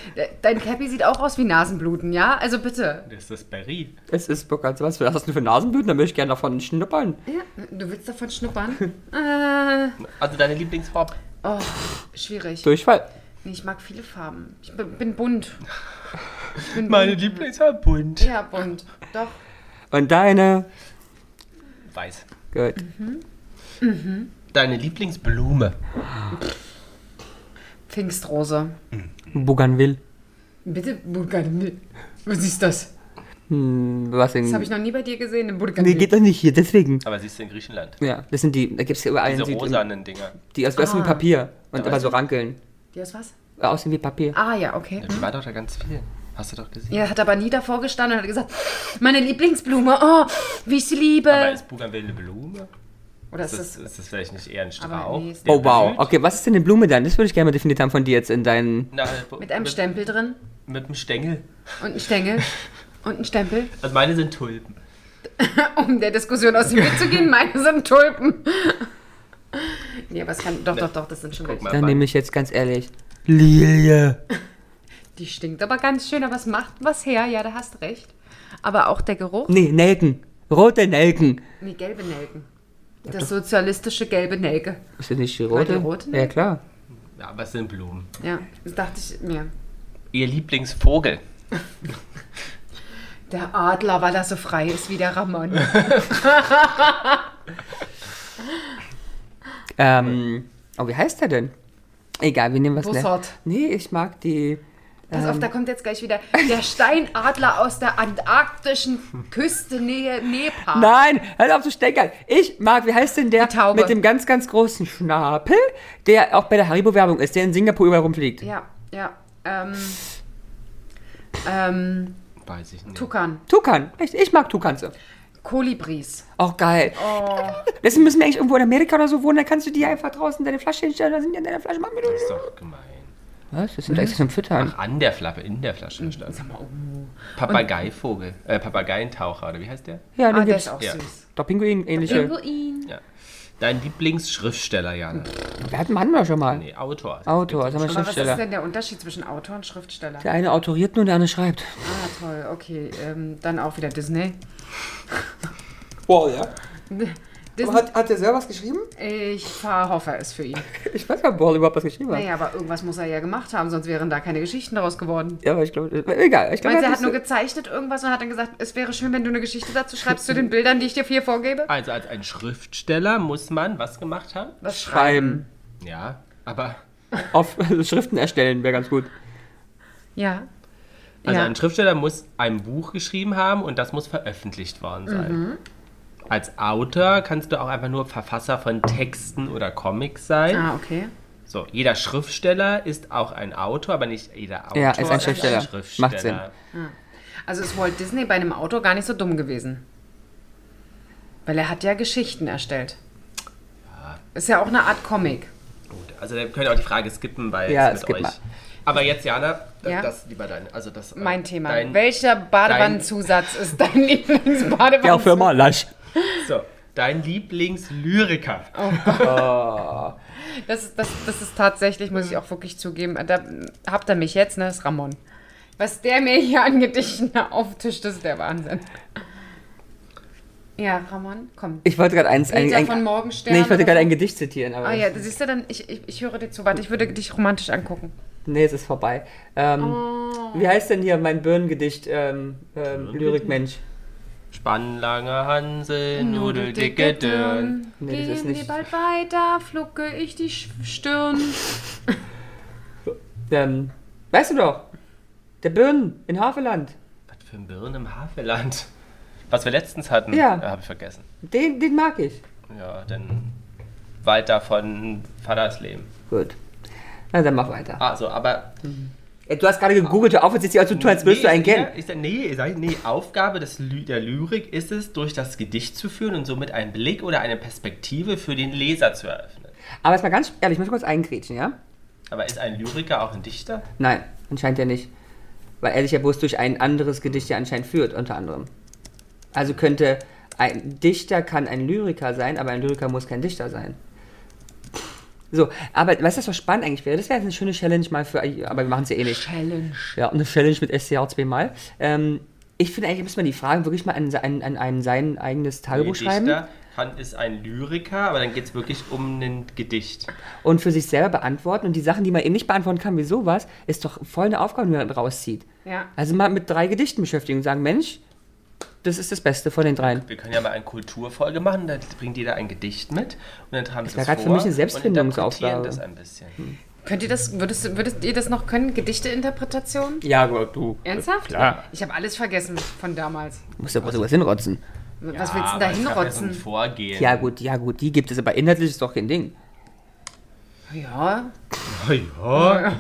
Dein Cappy sieht auch aus wie Nasenbluten, ja? Also bitte. Das ist das Berry. Es ist Burkhard, also was was hast du für Nasenbluten? Da möchte ich gerne davon schnuppern. Ja, du willst davon schnuppern? äh, Also deine Lieblingsfarbe? oh, schwierig. Durchfall. Nee, ich mag viele Farben. Ich bin, bin bunt. Ich bin Meine bunt. Lieblingsfarbe bunt. Ja, bunt. Doch. Und deine? Weiß. Gut. Deine Lieblingsblume? Pfingstrose. Bougainville. Bitte, Burgundy. Was ist das? Hm, was denn? Das habe ich noch nie bei dir gesehen, eine Burgundy. Nee, geht doch nicht hier, deswegen. Aber sie ist in Griechenland. Ja, das sind die, da gibt's ja überall in Diese Süd- rosanen Dinger. Die aus ah. Papier. Und Da aber weiß so rankeln. Die ist was? Aussehen wie Papier. Ah, ja, okay. Die war doch da ganz viel. Hast du doch gesehen. Er hat aber nie davor gestanden und hat gesagt, meine Lieblingsblume, oh, wie ich sie Aber liebe. ist Bougainville eine Blume? Oder ist Ist das, das, ist das vielleicht nicht eher ein Aber Strauch? nee, ist der Oh wow. blüht? Okay, was ist denn eine Blume dann? Das würde ich gerne mal definiert haben von dir jetzt in deinen. Na, mit einem mit, Stempel drin Mit einem Stängel. und ein Stängel und ein Stempel, Also meine sind Tulpen. um der Diskussion aus dem Weg zu gehen, meine sind Tulpen. Nee, aber es kann, doch, doch, doch, das sind schon Guck welche. mal, Dann meine- nehme ich jetzt ganz ehrlich. Lilie. Die stinkt aber ganz schön, aber es macht was her, ja, da hast recht. Aber auch der Geruch, Nee, Nelken. Rote Nelken. nee, gelbe Nelken. Das sozialistische gelbe Nelke. Ist das nicht die War die rote? rote Ja, Nelke? klar. ja, aber es sind Blumen. Ja, das dachte ich mir. Ihr Lieblingsvogel. Der Adler, weil er so frei ist wie der Ramon. Ähm, oh, wie heißt der denn? Egal, wir nehmen was Bussard. Nee, ich mag die. Pass auf, da kommt jetzt gleich wieder der Steinadler aus der antarktischen Küste Nähe Nepal. Nein, halt auf zu stänkern. Ich mag, wie heißt denn der Ah. Die Taube. mit dem ganz, ganz großen Schnabel, der auch bei der Haribo-Werbung ist, der in Singapur überall rumfliegt? Ja, ja. Ähm, ähm, Weiß ich nicht. Tukan, Tukan. Echt, ich mag Tukanze. Kolibris. Auch geil. Oh. Deswegen müssen wir eigentlich irgendwo in Amerika oder so wohnen, dann kannst du dir einfach draußen deine Flasche hinstellen, da sind die an deiner Flasche. Mach mir Das ist doch gemein. Was? Das sind extra zum Füttern. An der Flasche, in der Flasche. Mhm. verstanden. Papageivogel, äh, Papageientaucher, oder wie heißt der? Ja, Ah, dann der gibt's ist auch Ja. süß. doch Pinguin-ähnliche. Pinguin. Ja. Dein Lieblingsschriftsteller, Jana. Mhm. Wir hatten hatten wir schon mal. Nee, Autor. Autor, das haben wir Aber was ist Schriftsteller. denn der Unterschied zwischen Autor und Schriftsteller? Der eine autoriert nur, der andere schreibt. Ah, toll, okay. Ähm, dann auch wieder Disney. Wow, ja. Disney hat der selber was geschrieben? ich verhoffe es für ihn. Ich weiß gar nicht, ob Borl überhaupt was geschrieben hat. Naja, aber irgendwas muss er ja gemacht haben, sonst wären da keine Geschichten daraus geworden. Ja, aber ich glaube, egal. Ich glaube, Meinst du, er das- hat nur gezeichnet irgendwas und hat dann gesagt, es wäre schön, wenn du eine Geschichte dazu schreibst zu den Bildern, die ich dir hier vorgebe? Also als ein Schriftsteller muss man was gemacht haben? Was schreiben. Ja, aber Auf also Schriften erstellen wäre ganz gut. Ja. also ja. ein Schriftsteller muss ein Buch geschrieben haben und das muss veröffentlicht worden sein. Mhm. Als Autor kannst du auch einfach nur Verfasser von Texten oder Comics sein. Ah, okay. So, jeder Schriftsteller ist auch ein Autor, aber nicht jeder Autor Ja, ist ein Schriftsteller. Schriftsteller. Macht Sinn. Also ist Walt Disney bei einem Autor gar nicht so dumm gewesen. Weil er hat ja Geschichten erstellt. Ist ja auch eine Art Comic. Gut, also wir können auch die Frage skippen, weil Ja, es mit skipp euch. mal. Aber jetzt, Jana, das, Ja? das lieber dein, also das äh, Mein Thema. Dein, Welcher Badewannenzusatz ist dein Lieblingsbadewannenzusatz? Ja, für mal lasch. so, dein Lieblingslyriker. Das, ist- das, das ist tatsächlich, muss ich auch wirklich zugeben, da habt ihr mich jetzt, ne? Das ist Ramon. Was der mir hier an Gedichten auftischt, das ist der Wahnsinn. Ja, Ramon, komm. Ich wollte gerade eins. Lisa von Morgenstern Nee, ich wollte oder gerade so? ein Gedicht zitieren, aber. Ah ja, das siehst du dann, ich, ich, ich höre dir zu. Warte, ich würde dich romantisch angucken. Nee, es ist vorbei. Ähm, Wie heißt denn hier mein Birnengedicht, ähm, ähm, Lyrikmensch? Spannlanger Hansel, nudeldicke Dirn. Nee, das ist Gehen wir nicht. bald weiter, flucke ich die Sch- Stirn. Ähm, weißt du doch? Der Birnen in Haveland. Was für ein Birn im Havelland. Was wir letztens hatten, Ja. habe ich vergessen. Den, den mag ich. Ja, dann weiter von Vatersleben. Gut. Na, dann mach weiter. Also, aber. Äh, Du hast gerade gegoogelt, hör auf, jetzt nicht als du tun, als würdest du einen ist ja- kennen. Ist, ja- nee, sei- nee, Aufgabe des, Ly- der Lyrik ist es, durch das Gedicht zu führen und somit einen Blick oder eine Perspektive für den Leser zu eröffnen. Aber jetzt mal ganz ehrlich, ich muss kurz eingrätschen, ja? Aber ist ein Lyriker auch ein Dichter? Nein, anscheinend ja nicht. Weil er sich ja bloß durch ein anderes Gedicht ja anscheinend führt, unter anderem. Also könnte ein Dichter kann ein Lyriker sein, aber ein Lyriker muss kein Dichter sein. So, aber weißt du, was so spannend eigentlich wäre? Das wäre jetzt eine schöne Challenge mal für, aber wir machen es ja eh nicht. Challenge. Ja, eine Challenge mit SCR zweimal. Ähm, ich finde eigentlich, müssen wir die Fragen wirklich mal an, an, an ein sein eigenes Tagebuch schreiben Dichter kann, ist ein Lyriker, aber dann geht es wirklich um ein Gedicht. und für sich selber beantworten. Und die Sachen, die man eben nicht beantworten kann, wie sowas, ist doch voll eine Aufgabe, die man rauszieht. Ja. Also mal mit drei Gedichten beschäftigen und sagen, Mensch, das ist das Beste von den dreien. Wir können ja mal eine Kulturfolge machen, da bringt jeder ein Gedicht mit und dann tragen sie war es vor gerade für mich eine und Selbstfindungsaufgabe. interpretieren das ein bisschen. Könnt ihr das, würdest, würdet ihr das noch können? Gedichteinterpretation? Ja, Gott, du. Ernsthaft? Äh, Klar. Ich habe alles vergessen von damals. Du musst ja bloß sowas hinrotzen. Was willst du denn da Ah, aber es gab ja so ein hinrotzen? Vorgehen. Ja, gut, ja, gut, die gibt es, aber inhaltlich ist doch kein Ding. Ja. Oh, ja.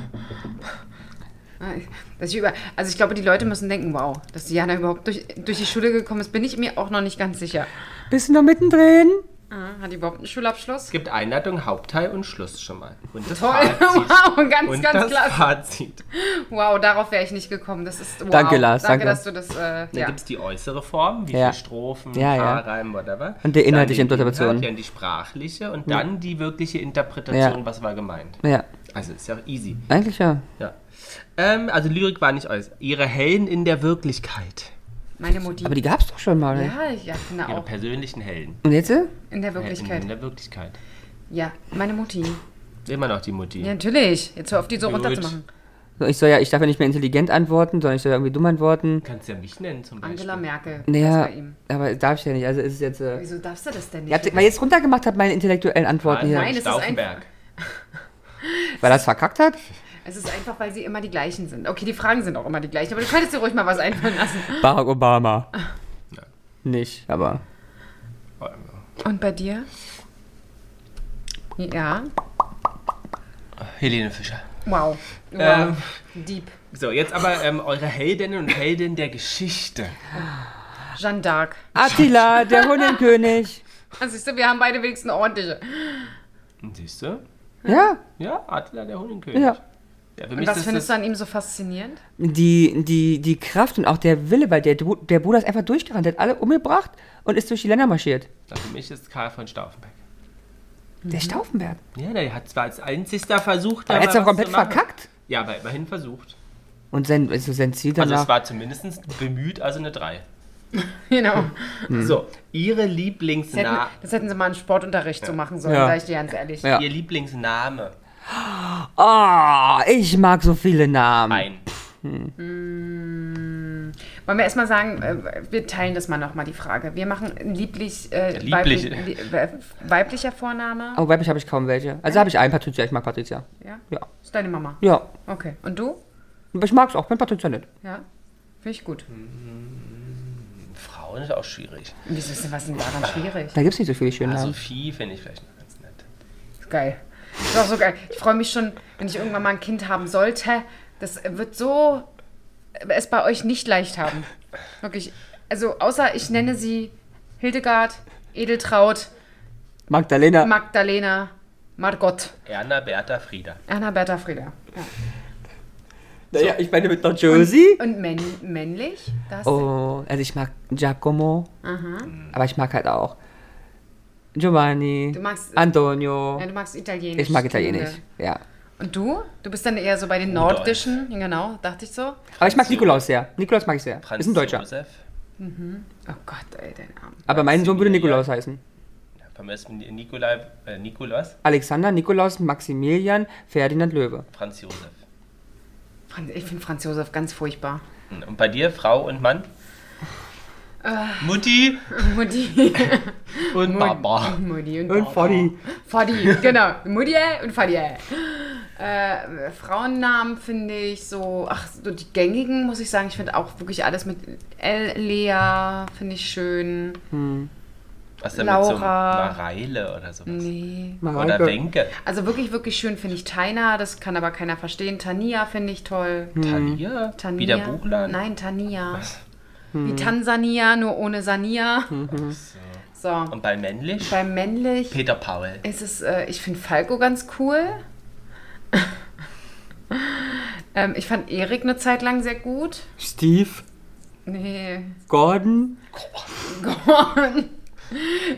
Dass ich über, also ich glaube, die Leute müssen denken, wow, dass Diana überhaupt durch, durch die Schule gekommen ist, bin ich mir auch noch nicht ganz sicher. Bist du noch mittendrin? Ah, Hat die überhaupt einen Schulabschluss? Es gibt Einladung, Hauptteil und Schluss schon mal. Und das Toll, Fazit. wow, ganz, Und ganz das klasse. Fazit. Wow, darauf wäre ich nicht gekommen. Das ist wow. Danke, Lars, Danke, danke. dass du das. Äh, Dann ja. gibt es die äußere Form, wie Ja. viele Strophen, Ja, Paar, ja. Reim, whatever. Und die Dann inhaltliche den Interpretation. Inhalt, dann die sprachliche und dann die wirkliche Interpretation, Ja. was war gemeint. Ja, Also ist ja auch easy. eigentlich ja. Ja. Ähm, also Lyrik war nicht alles. Ihre Helden in der Wirklichkeit. Meine Mutti. Aber die gab's doch schon mal. ja, ich ja, finde Ihre auch. persönlichen Helden. Und jetzt? äh? In der Helden in Wirklichkeit. der Wirklichkeit. Ja, meine Mutti. Immer noch die Mutti. Ja, natürlich. Jetzt hör auf, die so Gut. runterzumachen. Ich soll ja, ich darf ja nicht mehr intelligent antworten, sondern ich soll ja irgendwie dumm antworten. Kannst du ja mich nennen zum Beispiel. Angela Merkel. Naja, Das bei ihm. aber darf ich ja nicht. Also ist es jetzt. Äh, Wieso darfst du das denn nicht? ihr habt mal jetzt runtergemacht habt meine intellektuellen Antworten hier. Nein, Nein, es ist Stauffenberg. Weil das verkackt hat? es ist einfach, weil sie immer die gleichen sind. Okay, die Fragen sind auch immer die gleichen, aber du könntest dir ruhig mal was einfallen lassen. Barack Obama. Nicht, aber. Und bei dir? Ja. Helene Fischer. Wow. wow. Ähm. Deep. So, jetzt aber ähm, eure Heldinnen und Helden der Geschichte. Jeanne d'Arc. Attila, der Hundenkönig. Ah, Siehst du, wir haben beide wenigstens eine ordentliche. Siehst du? Ja, Ja, Adler der Honigkönig. ja. Ja, für Und mich was ist findest du das, an ihm so faszinierend? Die, die, die Kraft und auch der Wille, weil der, Du- der Bruder ist einfach durchgerannt, der hat alle umgebracht und ist durch die Länder marschiert. Na, Für mich ist Karl von Stauffenberg. Der Stauffenberg. Ja, der hat zwar als einzigster versucht, Aber da er hat es mal was doch komplett zu machen. verkackt. Ja, aber immerhin versucht. Und sein, also sein Ziel Also danach. es war zumindest bemüht, also eine 3. Genau. Mhm. So, ihre Das Lieblingsna hätten, das hätten sie mal einen Sportunterricht so machen sollen, Ja. sag ich dir ganz ehrlich. Ja. ihr Lieblingsname. Ah, ich mag so viele Namen. Ein. Wollen wir erstmal sagen, äh, wir teilen das mal nochmal, die Frage. Wir machen ein lieblich, äh, Ja, lieblich. weiblich- li- äh, weiblicher Vorname. Aber Oh, weiblich habe ich kaum welche. Also habe ich einen Patricia, ich mag Patricia. Ja? Ja. Ist deine Mama. Ja. Okay. Und du? Aber ich mag es auch, wenn Patricia nicht. Ja? Finde ich gut. Frauen ist auch schwierig. Wieso ist denn was denn daran schwierig? Da gibt es nicht so viele schöne Ja, Namen. Sophie finde ich vielleicht noch ganz nett. Ist geil. Ist auch so geil. Ich freue mich schon, wenn ich irgendwann mal ein Kind haben sollte. Das wird so äh, es bei euch nicht leicht haben. Wirklich. Also außer ich nenne sie Hildegard, Edeltraut, Magdalena. Magdalena, Margot, Erna, Bertha, Frieda. Erna, Bertha, Frieda. Ja. naja, ich meine mit noch Josie. Und männ männlich? Das Oh, also ich mag Giacomo. Aber ich mag halt auch Giovanni. Mhm. Du magst- Antonio. Ja, du magst Italienisch. Ah, ich mag Italienisch. Ja. Und du? Du bist dann eher so bei den Rudolf. Nordischen. Genau, dachte ich so. Aber ich mag Franz Nikolaus sehr. Nikolaus mag ich sehr. Franz ist ein Deutscher. Josef. Oh Gott, ey, dein Arm. Aber mein Sohn würde Maximilian. Nikolaus heißen. Ja, Bei mir ist Nikolai, äh, Nikolaus, Alexander, Nikolaus, Maximilian, Ferdinand Löwe. Franz Josef. Franz, ich finde Franz Josef ganz furchtbar. Hm, Und bei dir, Frau und Mann? Ah. Mutti Mutti. und Baba. Mutti und, Und Foddy. Fadi, genau. Mutti und Fadi. Äh, Frauennamen finde ich so, ach, so die gängigen, muss ich sagen. Ich finde auch wirklich alles mit L, Lea, finde ich schön. Was denn mit so Laura. Mareile oder sowas? Nee. Oder Mareike. Wenke. Also wirklich, wirklich schön finde ich Taina, das kann aber keiner verstehen. Tania finde ich toll. Hm. Tanja? Tania. Wieder Buchladen? Nein, Tania. Was? Wie Hm. Tansania, nur ohne Sania. So. Und bei männlich? Bei männlich Peter Paul. ist es, äh, ich finde Falco ganz cool. ähm, ich fand Erik eine Zeit lang sehr gut. Steve. Nee, Gordon. Gorn.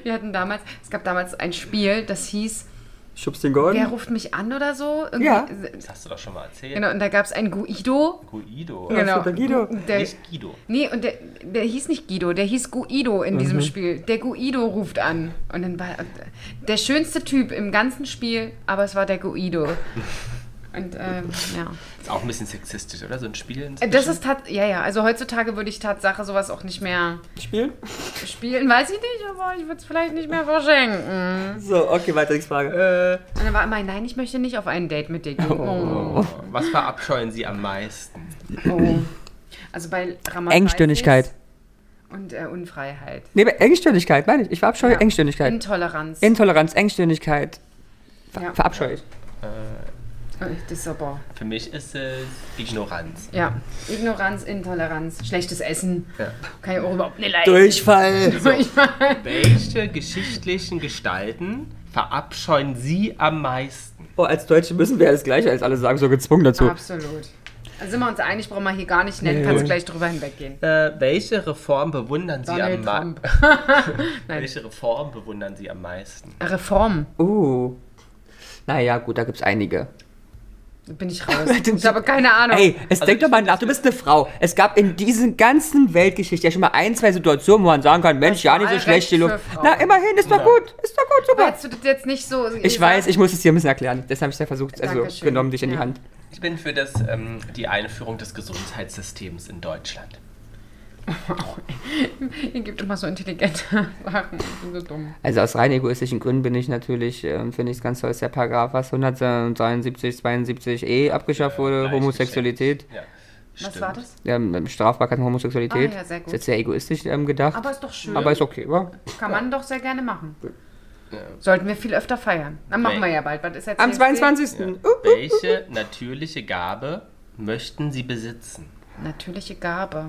Wir hatten damals, es gab damals ein Spiel, das hieß Schubst den Wer Gordon. ruft mich an oder so? Irgendwie- Ja. Das hast du doch schon mal erzählt. Genau, und da gab es einen Guido. Guido. Genau. der Guido. Der, Nicht Guido. Nee, und der, der hieß nicht Guido, der hieß Guido in diesem Spiel. Der Guido ruft an. Und dann war der schönste Typ im ganzen Spiel, aber es war der Guido. Und ähm, ja. Ist auch ein bisschen sexistisch, oder? So ein Spiel. inzwischen. Das ist tat ja, ja, also heutzutage würde ich Tatsache sowas auch nicht mehr Spielen. spielen, weiß ich nicht, aber ich würde es vielleicht nicht mehr verschenken. So, okay, weiter nächste Frage. Äh, Und dann war immer, nein, ich möchte nicht auf ein Date mit dir gehen. Oh. was verabscheuen sie am meisten? Oh. Also bei Ramon Engstirnigkeit. Und äh, Unfreiheit. Nee, aber Engstirnigkeit, meine ich. Ich verabscheue Ja. Engstirnigkeit. Intoleranz. Intoleranz, Engstirnigkeit. Ver Ja. Verabscheue ich. das ist aber. Für mich ist es Ignoranz. Ja, Ignoranz, Intoleranz, schlechtes Essen. Ja. Kann ich auch überhaupt nicht leiden. Durchfall. Ich meine, Welche geschichtlichen Gestalten verabscheuen sie am meisten? Oh, als Deutsche müssen wir ja das Gleiche als alle sagen, so gezwungen dazu. Absolut. Also sind wir uns einig, brauchen wir hier gar nicht nennen, kannst gleich drüber hinweggehen. Äh, welche Reform bewundern sie am Donald meisten? Trump. Welche Reform bewundern sie am meisten? Reform. Uh. Naja, gut, da gibt's einige. Da bin ich raus. Ich habe keine Ahnung. Ey, es denk doch mal nach, du bist eine Frau. Es gab in dieser ganzen Weltgeschichte ja schon mal ein, zwei Situationen, wo man sagen kann, Mensch, ja, nicht so Wahlrecht schlecht die für Luft. Frauen. Na, immerhin, ist doch gut. Ist doch gut, Aber super. hättest du das jetzt nicht so. Ich weiß, ich muss es dir ein bisschen erklären. Deshalb habe ich es ja versucht, also Dankeschön. genommen dich in die Ja. Hand. Ich bin für das, ähm, die Einführung des Gesundheitssystems in Deutschland. Ihr gebt immer so intelligente Sachen. Ich bin so dumm. Also aus rein egoistischen Gründen bin ich natürlich, ähm, finde ich es ganz toll, dass der Paragraph was 173, 72 E abgeschafft wurde, Gleich Homosexualität, geschenkt. Ja. Was Stimmt. war das? ähm, Strafbarkeit von Homosexualität. Ah, ja, sehr gut. Ist jetzt sehr egoistisch ähm, gedacht, Aber aber, ist doch schön. ist okay, wa? Kann man doch sehr gerne machen. Sollten wir viel öfter feiern. Dann machen Nee. wir ja bald. Was ist jetzt Am CSD? 22. Ja. Uh, Welche natürliche Gabe möchten Sie besitzen? Natürliche Gabe.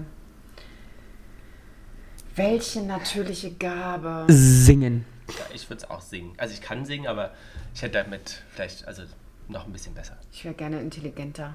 Welche natürliche Gabe? Singen. Ja, ich würde es auch singen. Also ich kann singen, aber ich hätte damit vielleicht also noch ein bisschen besser. Ich wäre gerne intelligenter.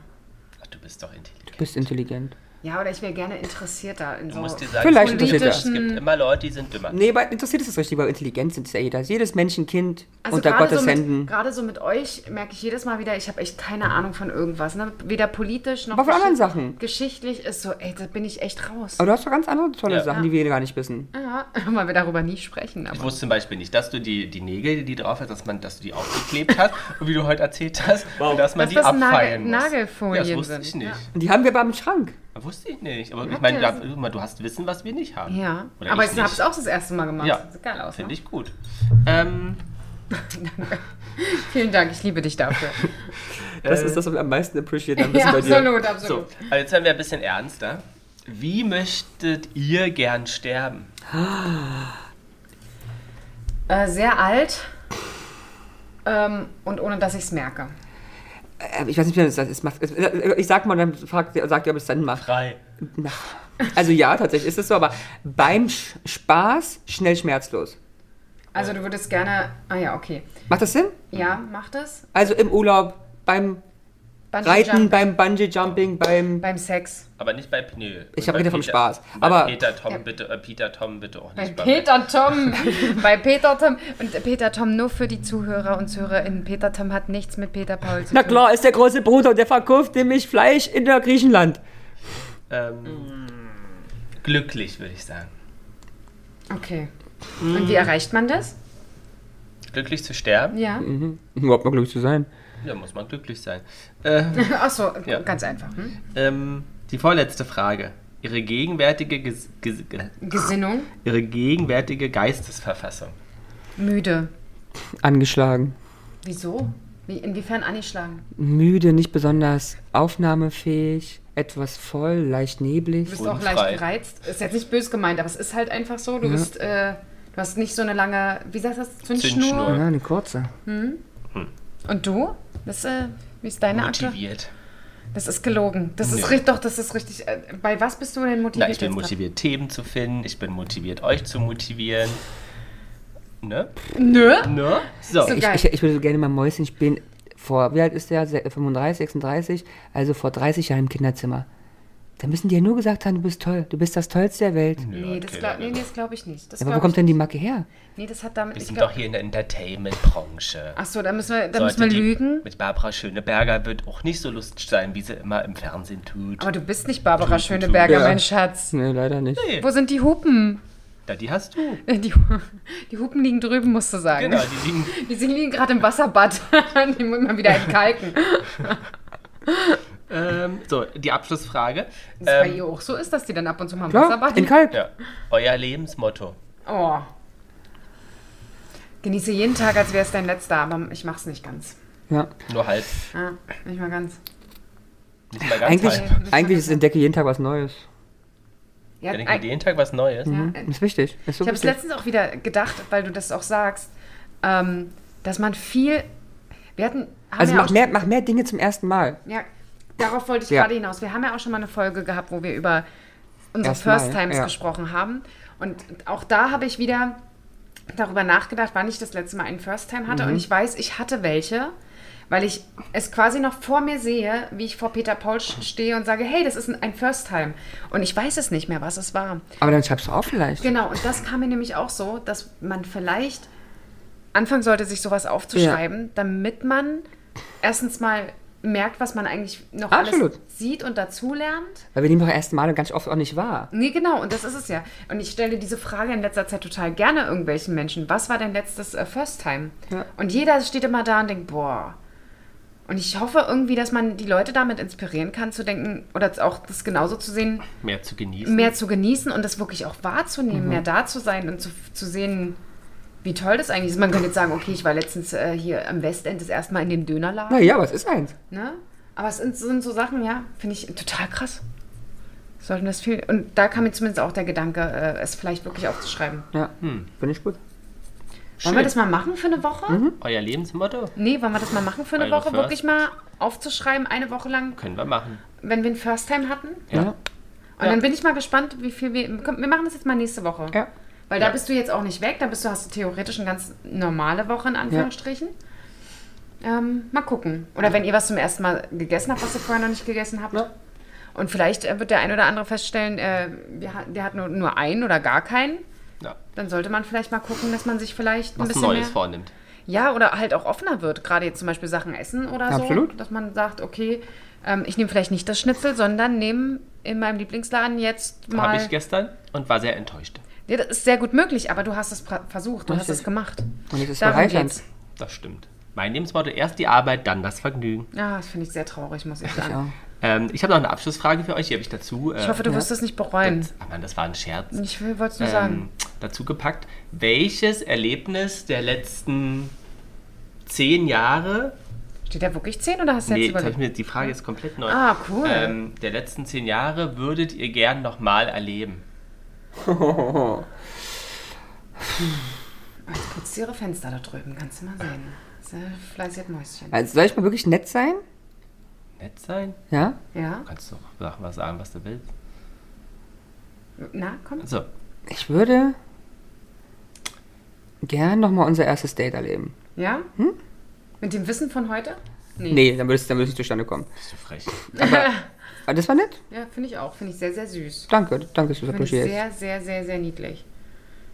Ach, du bist doch intelligent. Du bist intelligent. Ja, oder ich wäre gerne interessierter in Du so. musst dir sagen, Vielleicht es gibt- interessiert es gibt er. immer Leute, die sind dümmer. Nee, aber interessiert ist es richtig, weil Intelligenz ist ja jeder. Jedes Menschenkind Also unter gerade Gottes so, Händen. mit, gerade so mit euch merke ich jedes Mal wieder, ich habe echt keine Ahnung von irgendwas. Ne? Weder politisch noch Aber von anderen geschicht- Sachen. geschichtlich ist so, ey, da bin ich echt raus. Aber du hast doch ganz andere tolle Ja. Sachen, die wir gar nicht wissen. Ja, weil wir darüber nie sprechen. Ich Aber. wusste zum Beispiel nicht, dass du die, die Nägel, die drauf hast, dass, man, dass du die aufgeklebt hast und wie du heute erzählt hast, und dass man Dass die das Nagel- abfeilen muss. Nagelfolien ja, das wusste ich sind, nicht. ja. Und die haben wir aber im Schrank. Wusste ich nicht. Aber ich meine, du ihr das- hast- guck mal, du hast Wissen, was wir nicht haben. Ja, Oder aber ich ich habe es nicht. auch das erste Mal gemacht. Ja, Sieht geil aus. finde Ne? ich gut. Ähm, Vielen Dank, ich liebe dich dafür. Das ist das, was wir am meisten appreciate am Äh. ja, Wissen bei dir. absolut, so, absolut. aber jetzt werden wir ein bisschen ernster. Wie möchtet ihr gern sterben? Äh, sehr alt ähm, und ohne, dass ich es merke. Äh, Ich weiß nicht, wie das ist. Macht- Ich sag mal, dann fragt, sagt ihr, ob es dann macht. Drei. Na, Also ja, tatsächlich ist es so, aber beim Sch Spaß schnell schmerzlos. Also du würdest gerne. Ah ja, okay. Macht das Sinn? Ja, mach das. Also im Urlaub, beim Bungee Reiten, Jump, beim Bungee-Jumping, beim... beim Sex. Aber nicht bei Pnö. Ich Und hab bei wieder vom Peter- Spaß. und bei Aber- Peter Tom, bitte, äh, Peter Tom, bitte auch Bei nicht. bei- Peter Tom. bei Peter Tom. Und Peter Tom nur für die Zuhörer und ZuhörerInnen. Peter Tom hat nichts mit Peter Paul zu tun. Na klar, ist der große Bruder, der verkauft nämlich Fleisch in der Griechenland. Ähm, glücklich, würde ich sagen. Okay. Und wie erreicht man das? Glücklich zu sterben? Ja. Mhm. Um Überhaupt mal glücklich zu sein. Ja, muss man glücklich sein. Äh, Ach so, Ja. ganz einfach. Hm? ähm, die vorletzte Frage. Ihre gegenwärtige, Ges Ges äh, Gesinnung, ihre gegenwärtige Geistesverfassung. müde. Angeschlagen. Wieso? Wie, inwiefern angeschlagen? Müde, nicht besonders aufnahmefähig, etwas voll, leicht neblig. Du bist auch Unfrei. leicht gereizt. Ist jetzt nicht bös gemeint, aber es ist halt einfach so. Du bist, äh, du hast nicht so eine lange, wie sagst du das, Zündschnur? Zündschnur. Ja, eine kurze. Und du? Das, äh, wie ist deine aktuelle? Motiviert. Das ist gelogen. Das ist Nö. richtig, doch, das ist richtig. Äh, bei was bist du denn motiviert? Na, ich bin jetzt motiviert, Themen zu finden. Ich bin motiviert, euch zu motivieren. Ne? gerade? Nö? Ne? So. So Ich, Geil. ich, ich würde so gerne mal Mäuschen spielen. Vor, wie alt ist der? Se- 35, 36? Also vor 30 Jahren im Kinderzimmer. Da müssen die ja nur gesagt haben, du bist toll, du bist das Tollste der Welt. Nö, Nee, das okay, glaube nee, ne. nee, das glaub ich nicht. Das Ja, aber glaub wo kommt ich, denn die Macke her? nee, das hat damit. Wir Ich sind glaub, doch hier in der Entertainment-Branche. ach so, da müssen wir, da Sollte müssen wir die- lügen. Mit Barbara Schöneberger wird auch nicht so lustig sein, wie sie immer im Fernsehen tut. Aber du bist nicht Barbara Schöneberger, Ja. mein Schatz. Nee, leider nicht. Wo sind die Hupen? Äh, da, die hast du. Die, die Hupen liegen drüben, musst du sagen. Genau, die liegen Die sind- liegen gerade im Wasserbad. die muss man wieder entkalken. Ähm, so, die Abschlussfrage. Dass es bei Ähm, ihr auch so ist, dass die dann ab und zu mal im Klar, Wasserbad in Kalk. ja, euer Lebensmotto. Oh. Genieße jeden Tag, als wäre es dein letzter, aber ich mach's nicht ganz. Ja. Nur halb. Ja, nicht mal ganz. Nicht mal ganz Eigentlich, halb. eigentlich ist entdecke jeden Tag was Neues. Hm? Ja, Wenn ich ein- mir jeden Tag was Neues. ja, Ist wichtig. Ist Mhm. so Ich habe wichtig. es letztens auch wieder gedacht, weil du das auch sagst, ähm, dass man viel. Wir hatten. haben Also ja mach auch- mehr, mach mehr Dinge zum ersten Mal. Ja, darauf wollte ich Ja. gerade hinaus. Wir haben ja auch schon mal eine Folge gehabt, wo wir über unsere Erstmal, First Times ja. gesprochen haben. Und auch da habe ich wieder darüber nachgedacht, wann ich das letzte Mal einen First Time hatte. Mhm. Und ich weiß, ich hatte welche, weil ich es quasi noch vor mir sehe, wie ich vor Peter Paul stehe und sage, hey, das ist ein- ein First Time. Und ich weiß es nicht mehr, was es war. Aber dann schreibst du auf vielleicht. Genau, und das kam mir nämlich auch so, dass man vielleicht anfangen sollte, sich sowas aufzuschreiben, damit man erstens mal merkt, was man eigentlich noch Absolut. alles sieht und dazulernt. Weil wir nehmen doch erst Mal ganz oft auch nicht wahr. Nee, genau, und das ist es ja. Und ich stelle diese Frage in letzter Zeit total gerne irgendwelchen Menschen. Was war dein letztes äh, First Time? Ja. Und jeder steht immer da und denkt, boah, Und ich hoffe irgendwie, dass man die Leute damit inspirieren kann, zu denken oder auch das genauso zu sehen, Mehr zu genießen. mehr zu genießen und das wirklich auch Mhm. wahrzunehmen, mehr da zu sein und zu, zu sehen, wie toll das eigentlich ist. Man könnte jetzt sagen, okay, ich war letztens äh, hier am Westend das erste Mal in dem Dönerladen. Naja, was ist eins? Ne? Aber es sind, sind so Sachen, ja, finde ich total krass. Sollten das viel. Und da kam mir zumindest auch der Gedanke, äh, es vielleicht wirklich aufzuschreiben. Ja, Hm. finde ich gut. Wollen wir das mal machen für eine Woche? Euer Lebensmotto? Nee, wollen wir das mal machen für eine Eure Woche? First? Wirklich mal aufzuschreiben, eine Woche lang, Können wir machen. wenn wir ein First Time hatten. Ja. Und dann bin ich mal gespannt, wie viel wir. Komm, wir machen das jetzt mal nächste Woche. Ja. Weil da bist du jetzt auch nicht weg, da bist du, hast du theoretisch eine ganz normale Woche in Anführungsstrichen. Ähm, mal gucken. Oder wenn ihr was zum ersten Mal gegessen habt, was ihr vorher noch nicht gegessen habt. Und vielleicht äh, wird der ein oder andere feststellen, äh, wir, ha- der hat nur, nur einen oder gar keinen. Ja. Dann sollte man vielleicht mal gucken, dass man sich vielleicht ein Was bisschen Neues mehr, vornimmt. ja, oder halt auch offener wird, gerade jetzt zum Beispiel Sachen essen oder so. Absolut. Dass man sagt, okay, ähm, ich nehme vielleicht nicht das Schnitzel, sondern nehme in meinem Lieblingsladen jetzt mal. Habe ich gestern und war sehr enttäuscht. ja, das ist sehr gut möglich, aber du hast es pra- versucht, du hast Richtig. es gemacht. Und es ist Darum bereichernd. geht's. Das stimmt. Mein Lebensmotto, erst die Arbeit, dann das Vergnügen. Ja, das finde ich sehr traurig, muss ich sagen. Ja. Ähm, ich habe noch eine Abschlussfrage für euch, die habe ich dazu. Äh, Ich hoffe, du wirst es nicht bereuen. Ah Mann, das war ein Scherz. Ich wollte es nur Ähm, sagen. dazu gepackt. Welches Erlebnis der letzten zehn Jahre Steht da wirklich 10 oder hast du Nee, jetzt jetzt habe ich überlegt? mir die Frage ist komplett neu. Ah, cool. Ähm, der letzten zehn Jahre würdet ihr gern nochmal erleben. Putzt ihre Fenster da drüben, kannst du mal sehen. Sehr fleißiges Mäuschen. Also soll ich mal wirklich nett sein? Nett sein? Ja? Ja? Du kannst doch sag mal sagen, was du willst. Na, komm. So, Ich würde gern nochmal unser erstes Date erleben. Ja? Hm? Mit dem Wissen von heute? Hm. Nee, dann würde es dann würd's nicht zustande kommen. bist du frech. Aber das war nett. Ja, finde ich auch. Finde ich sehr, sehr süß. Danke, danke, Süßer Finde ich Appreciate. sehr, sehr, sehr, sehr niedlich.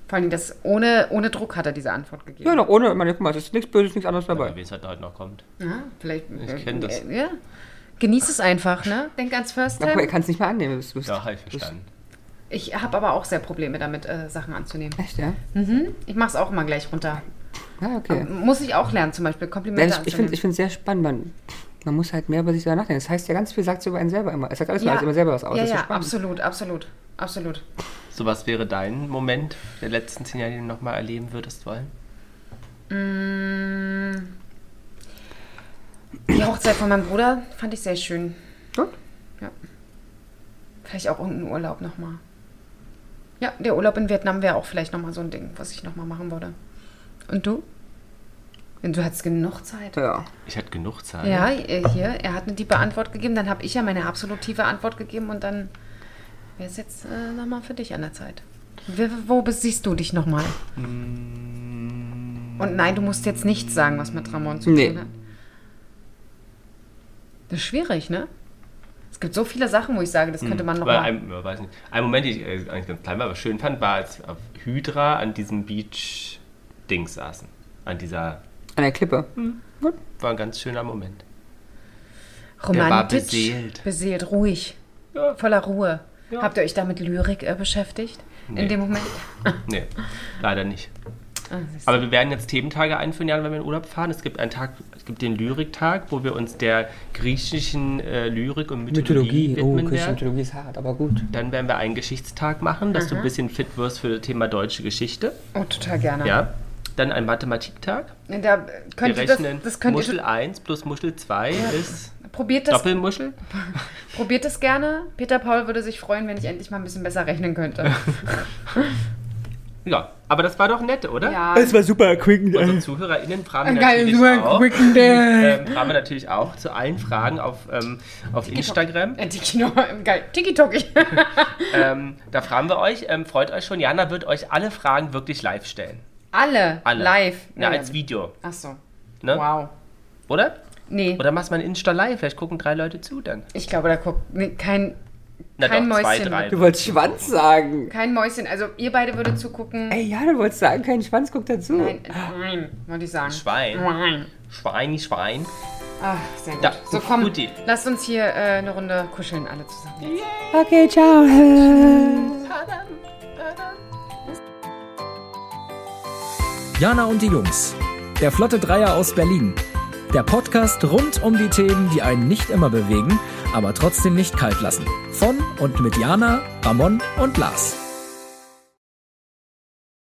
Vor allem, das ohne, ohne Druck hat er diese Antwort gegeben. Ja, noch ohne, ich meine, guck mal, es ist nichts Böses, nichts anderes Wer dabei. weiß, was heute noch kommt. genau. Ja, vielleicht. äh, Ich kenn das. Ja. Genieß es einfach, ne? Denk ans First Na, guck mal, Time. ihr kann es nicht mehr annehmen. Das, das, halt. Ja, habe ich verstanden. Ich habe aber auch sehr Probleme damit, äh, Sachen anzunehmen. Echt, ja? Ich mache es auch immer gleich runter. Ja, Mhm. okay. Muss ich auch lernen, zum Beispiel Nein, Komplimente ich ich finde es sehr spannend. Man, man muss halt mehr über sich selber nachdenken. Das heißt ja ganz viel, sagt sie über einen selber immer. Es sagt alles über alles immer selber was aus. Ja, das ist so ja, spannend. absolut, absolut, absolut. So, was wäre dein Moment der letzten zehn Jahre, den du nochmal erleben würdest wollen? Die Hochzeit von meinem Bruder fand ich sehr schön. Gut. Vielleicht auch irgendeinen Urlaub nochmal. Ja, der Urlaub in Vietnam wäre auch vielleicht nochmal so ein Ding, was ich nochmal machen würde. Und du? Denn Du hattest genug Zeit. Ja. Ich hatte genug Zeit. Ja, äh, hier, er hat eine tiefe Antwort gegeben, dann habe ich ja meine absolut tiefe Antwort gegeben und dann wäre es jetzt äh, nochmal für dich an der Zeit. Wo, wo bist- siehst du dich nochmal? Mm. Und nein, du musst jetzt nichts sagen, was mit Ramon zu tun Nee. hat. Das ist schwierig, ne? Es gibt so viele Sachen, wo ich sage, das könnte man Hm, Weil nochmal. ein, ja, weiß nicht. ein Moment, den ich äh, eigentlich ganz klein war, aber schön fand, war, als wir auf Hydra an diesem Beach-Ding saßen. An dieser, An der Klippe. war ein ganz schöner Moment. Der war romantisch, beseelt. beseelt, ruhig, Ja. voller Ruhe. Habt ihr euch da mit Lyrik äh, beschäftigt? Nee. In dem Moment? Nee, leider nicht. Ah, siehst du. Aber wir werden jetzt Thementage einführen, Jan, wenn wir in Urlaub fahren. Es gibt einen Tag, es gibt den Lyriktag, wo wir uns der griechischen äh, Lyrik und Mythologie, Mythologie. Oh, widmen griechische werden. Mythologie ist hart, aber gut. Dann werden wir einen Geschichtstag machen, dass du ein bisschen fit wirst für das Thema deutsche Geschichte. oh, total gerne. Ja. Dann ein Mathematiktag. Da könnt wir ihr das, rechnen das könnt Muschel ihr, 1 plus Muschel 2 ist probiert das, Doppelmuschel. probiert das gerne. Peter Paul würde sich freuen, wenn ich endlich mal ein bisschen besser rechnen könnte. Ja, aber das war doch nett, oder? ja, Es war super quick. Unsere ZuhörerInnen fragen natürlich auch. Ähm, fragen wir natürlich auch zu allen Fragen auf, ähm, auf Instagram. Äh, Tiki-No, geil. Tiki-Toki. Ähm, da fragen wir euch, ähm, freut euch schon, Jana wird euch alle Fragen wirklich live stellen. Alle, Alle. live. Ja, Nee. als Video, Ach so. ne? Wow. Oder? Nee, Oder machst mal ein Insta live, vielleicht gucken drei Leute zu dann. ich glaube, da guckt nee, kein, Na Kein doch, zwei, Mäuschen. drei. Du wolltest Schwanz sagen. kein Mäuschen. Also, ihr beide würdet zugucken. Ey, ja, du wolltest sagen, kein Schwanz guckt dazu. Nein, nein, wollte ich sagen. Schwein, Nein. Schwein, Schwein. Ach, sehr gut. Da, so, komm, Guti. lasst uns hier äh, eine Runde kuscheln, alle zusammen. Okay, ciao. Jana und die Jungs. Der Flotte Dreier aus Berlin. Der Podcast rund um die Themen, die einen nicht immer bewegen, aber trotzdem nicht kalt lassen. Von und mit Jana, Ramon und Lars.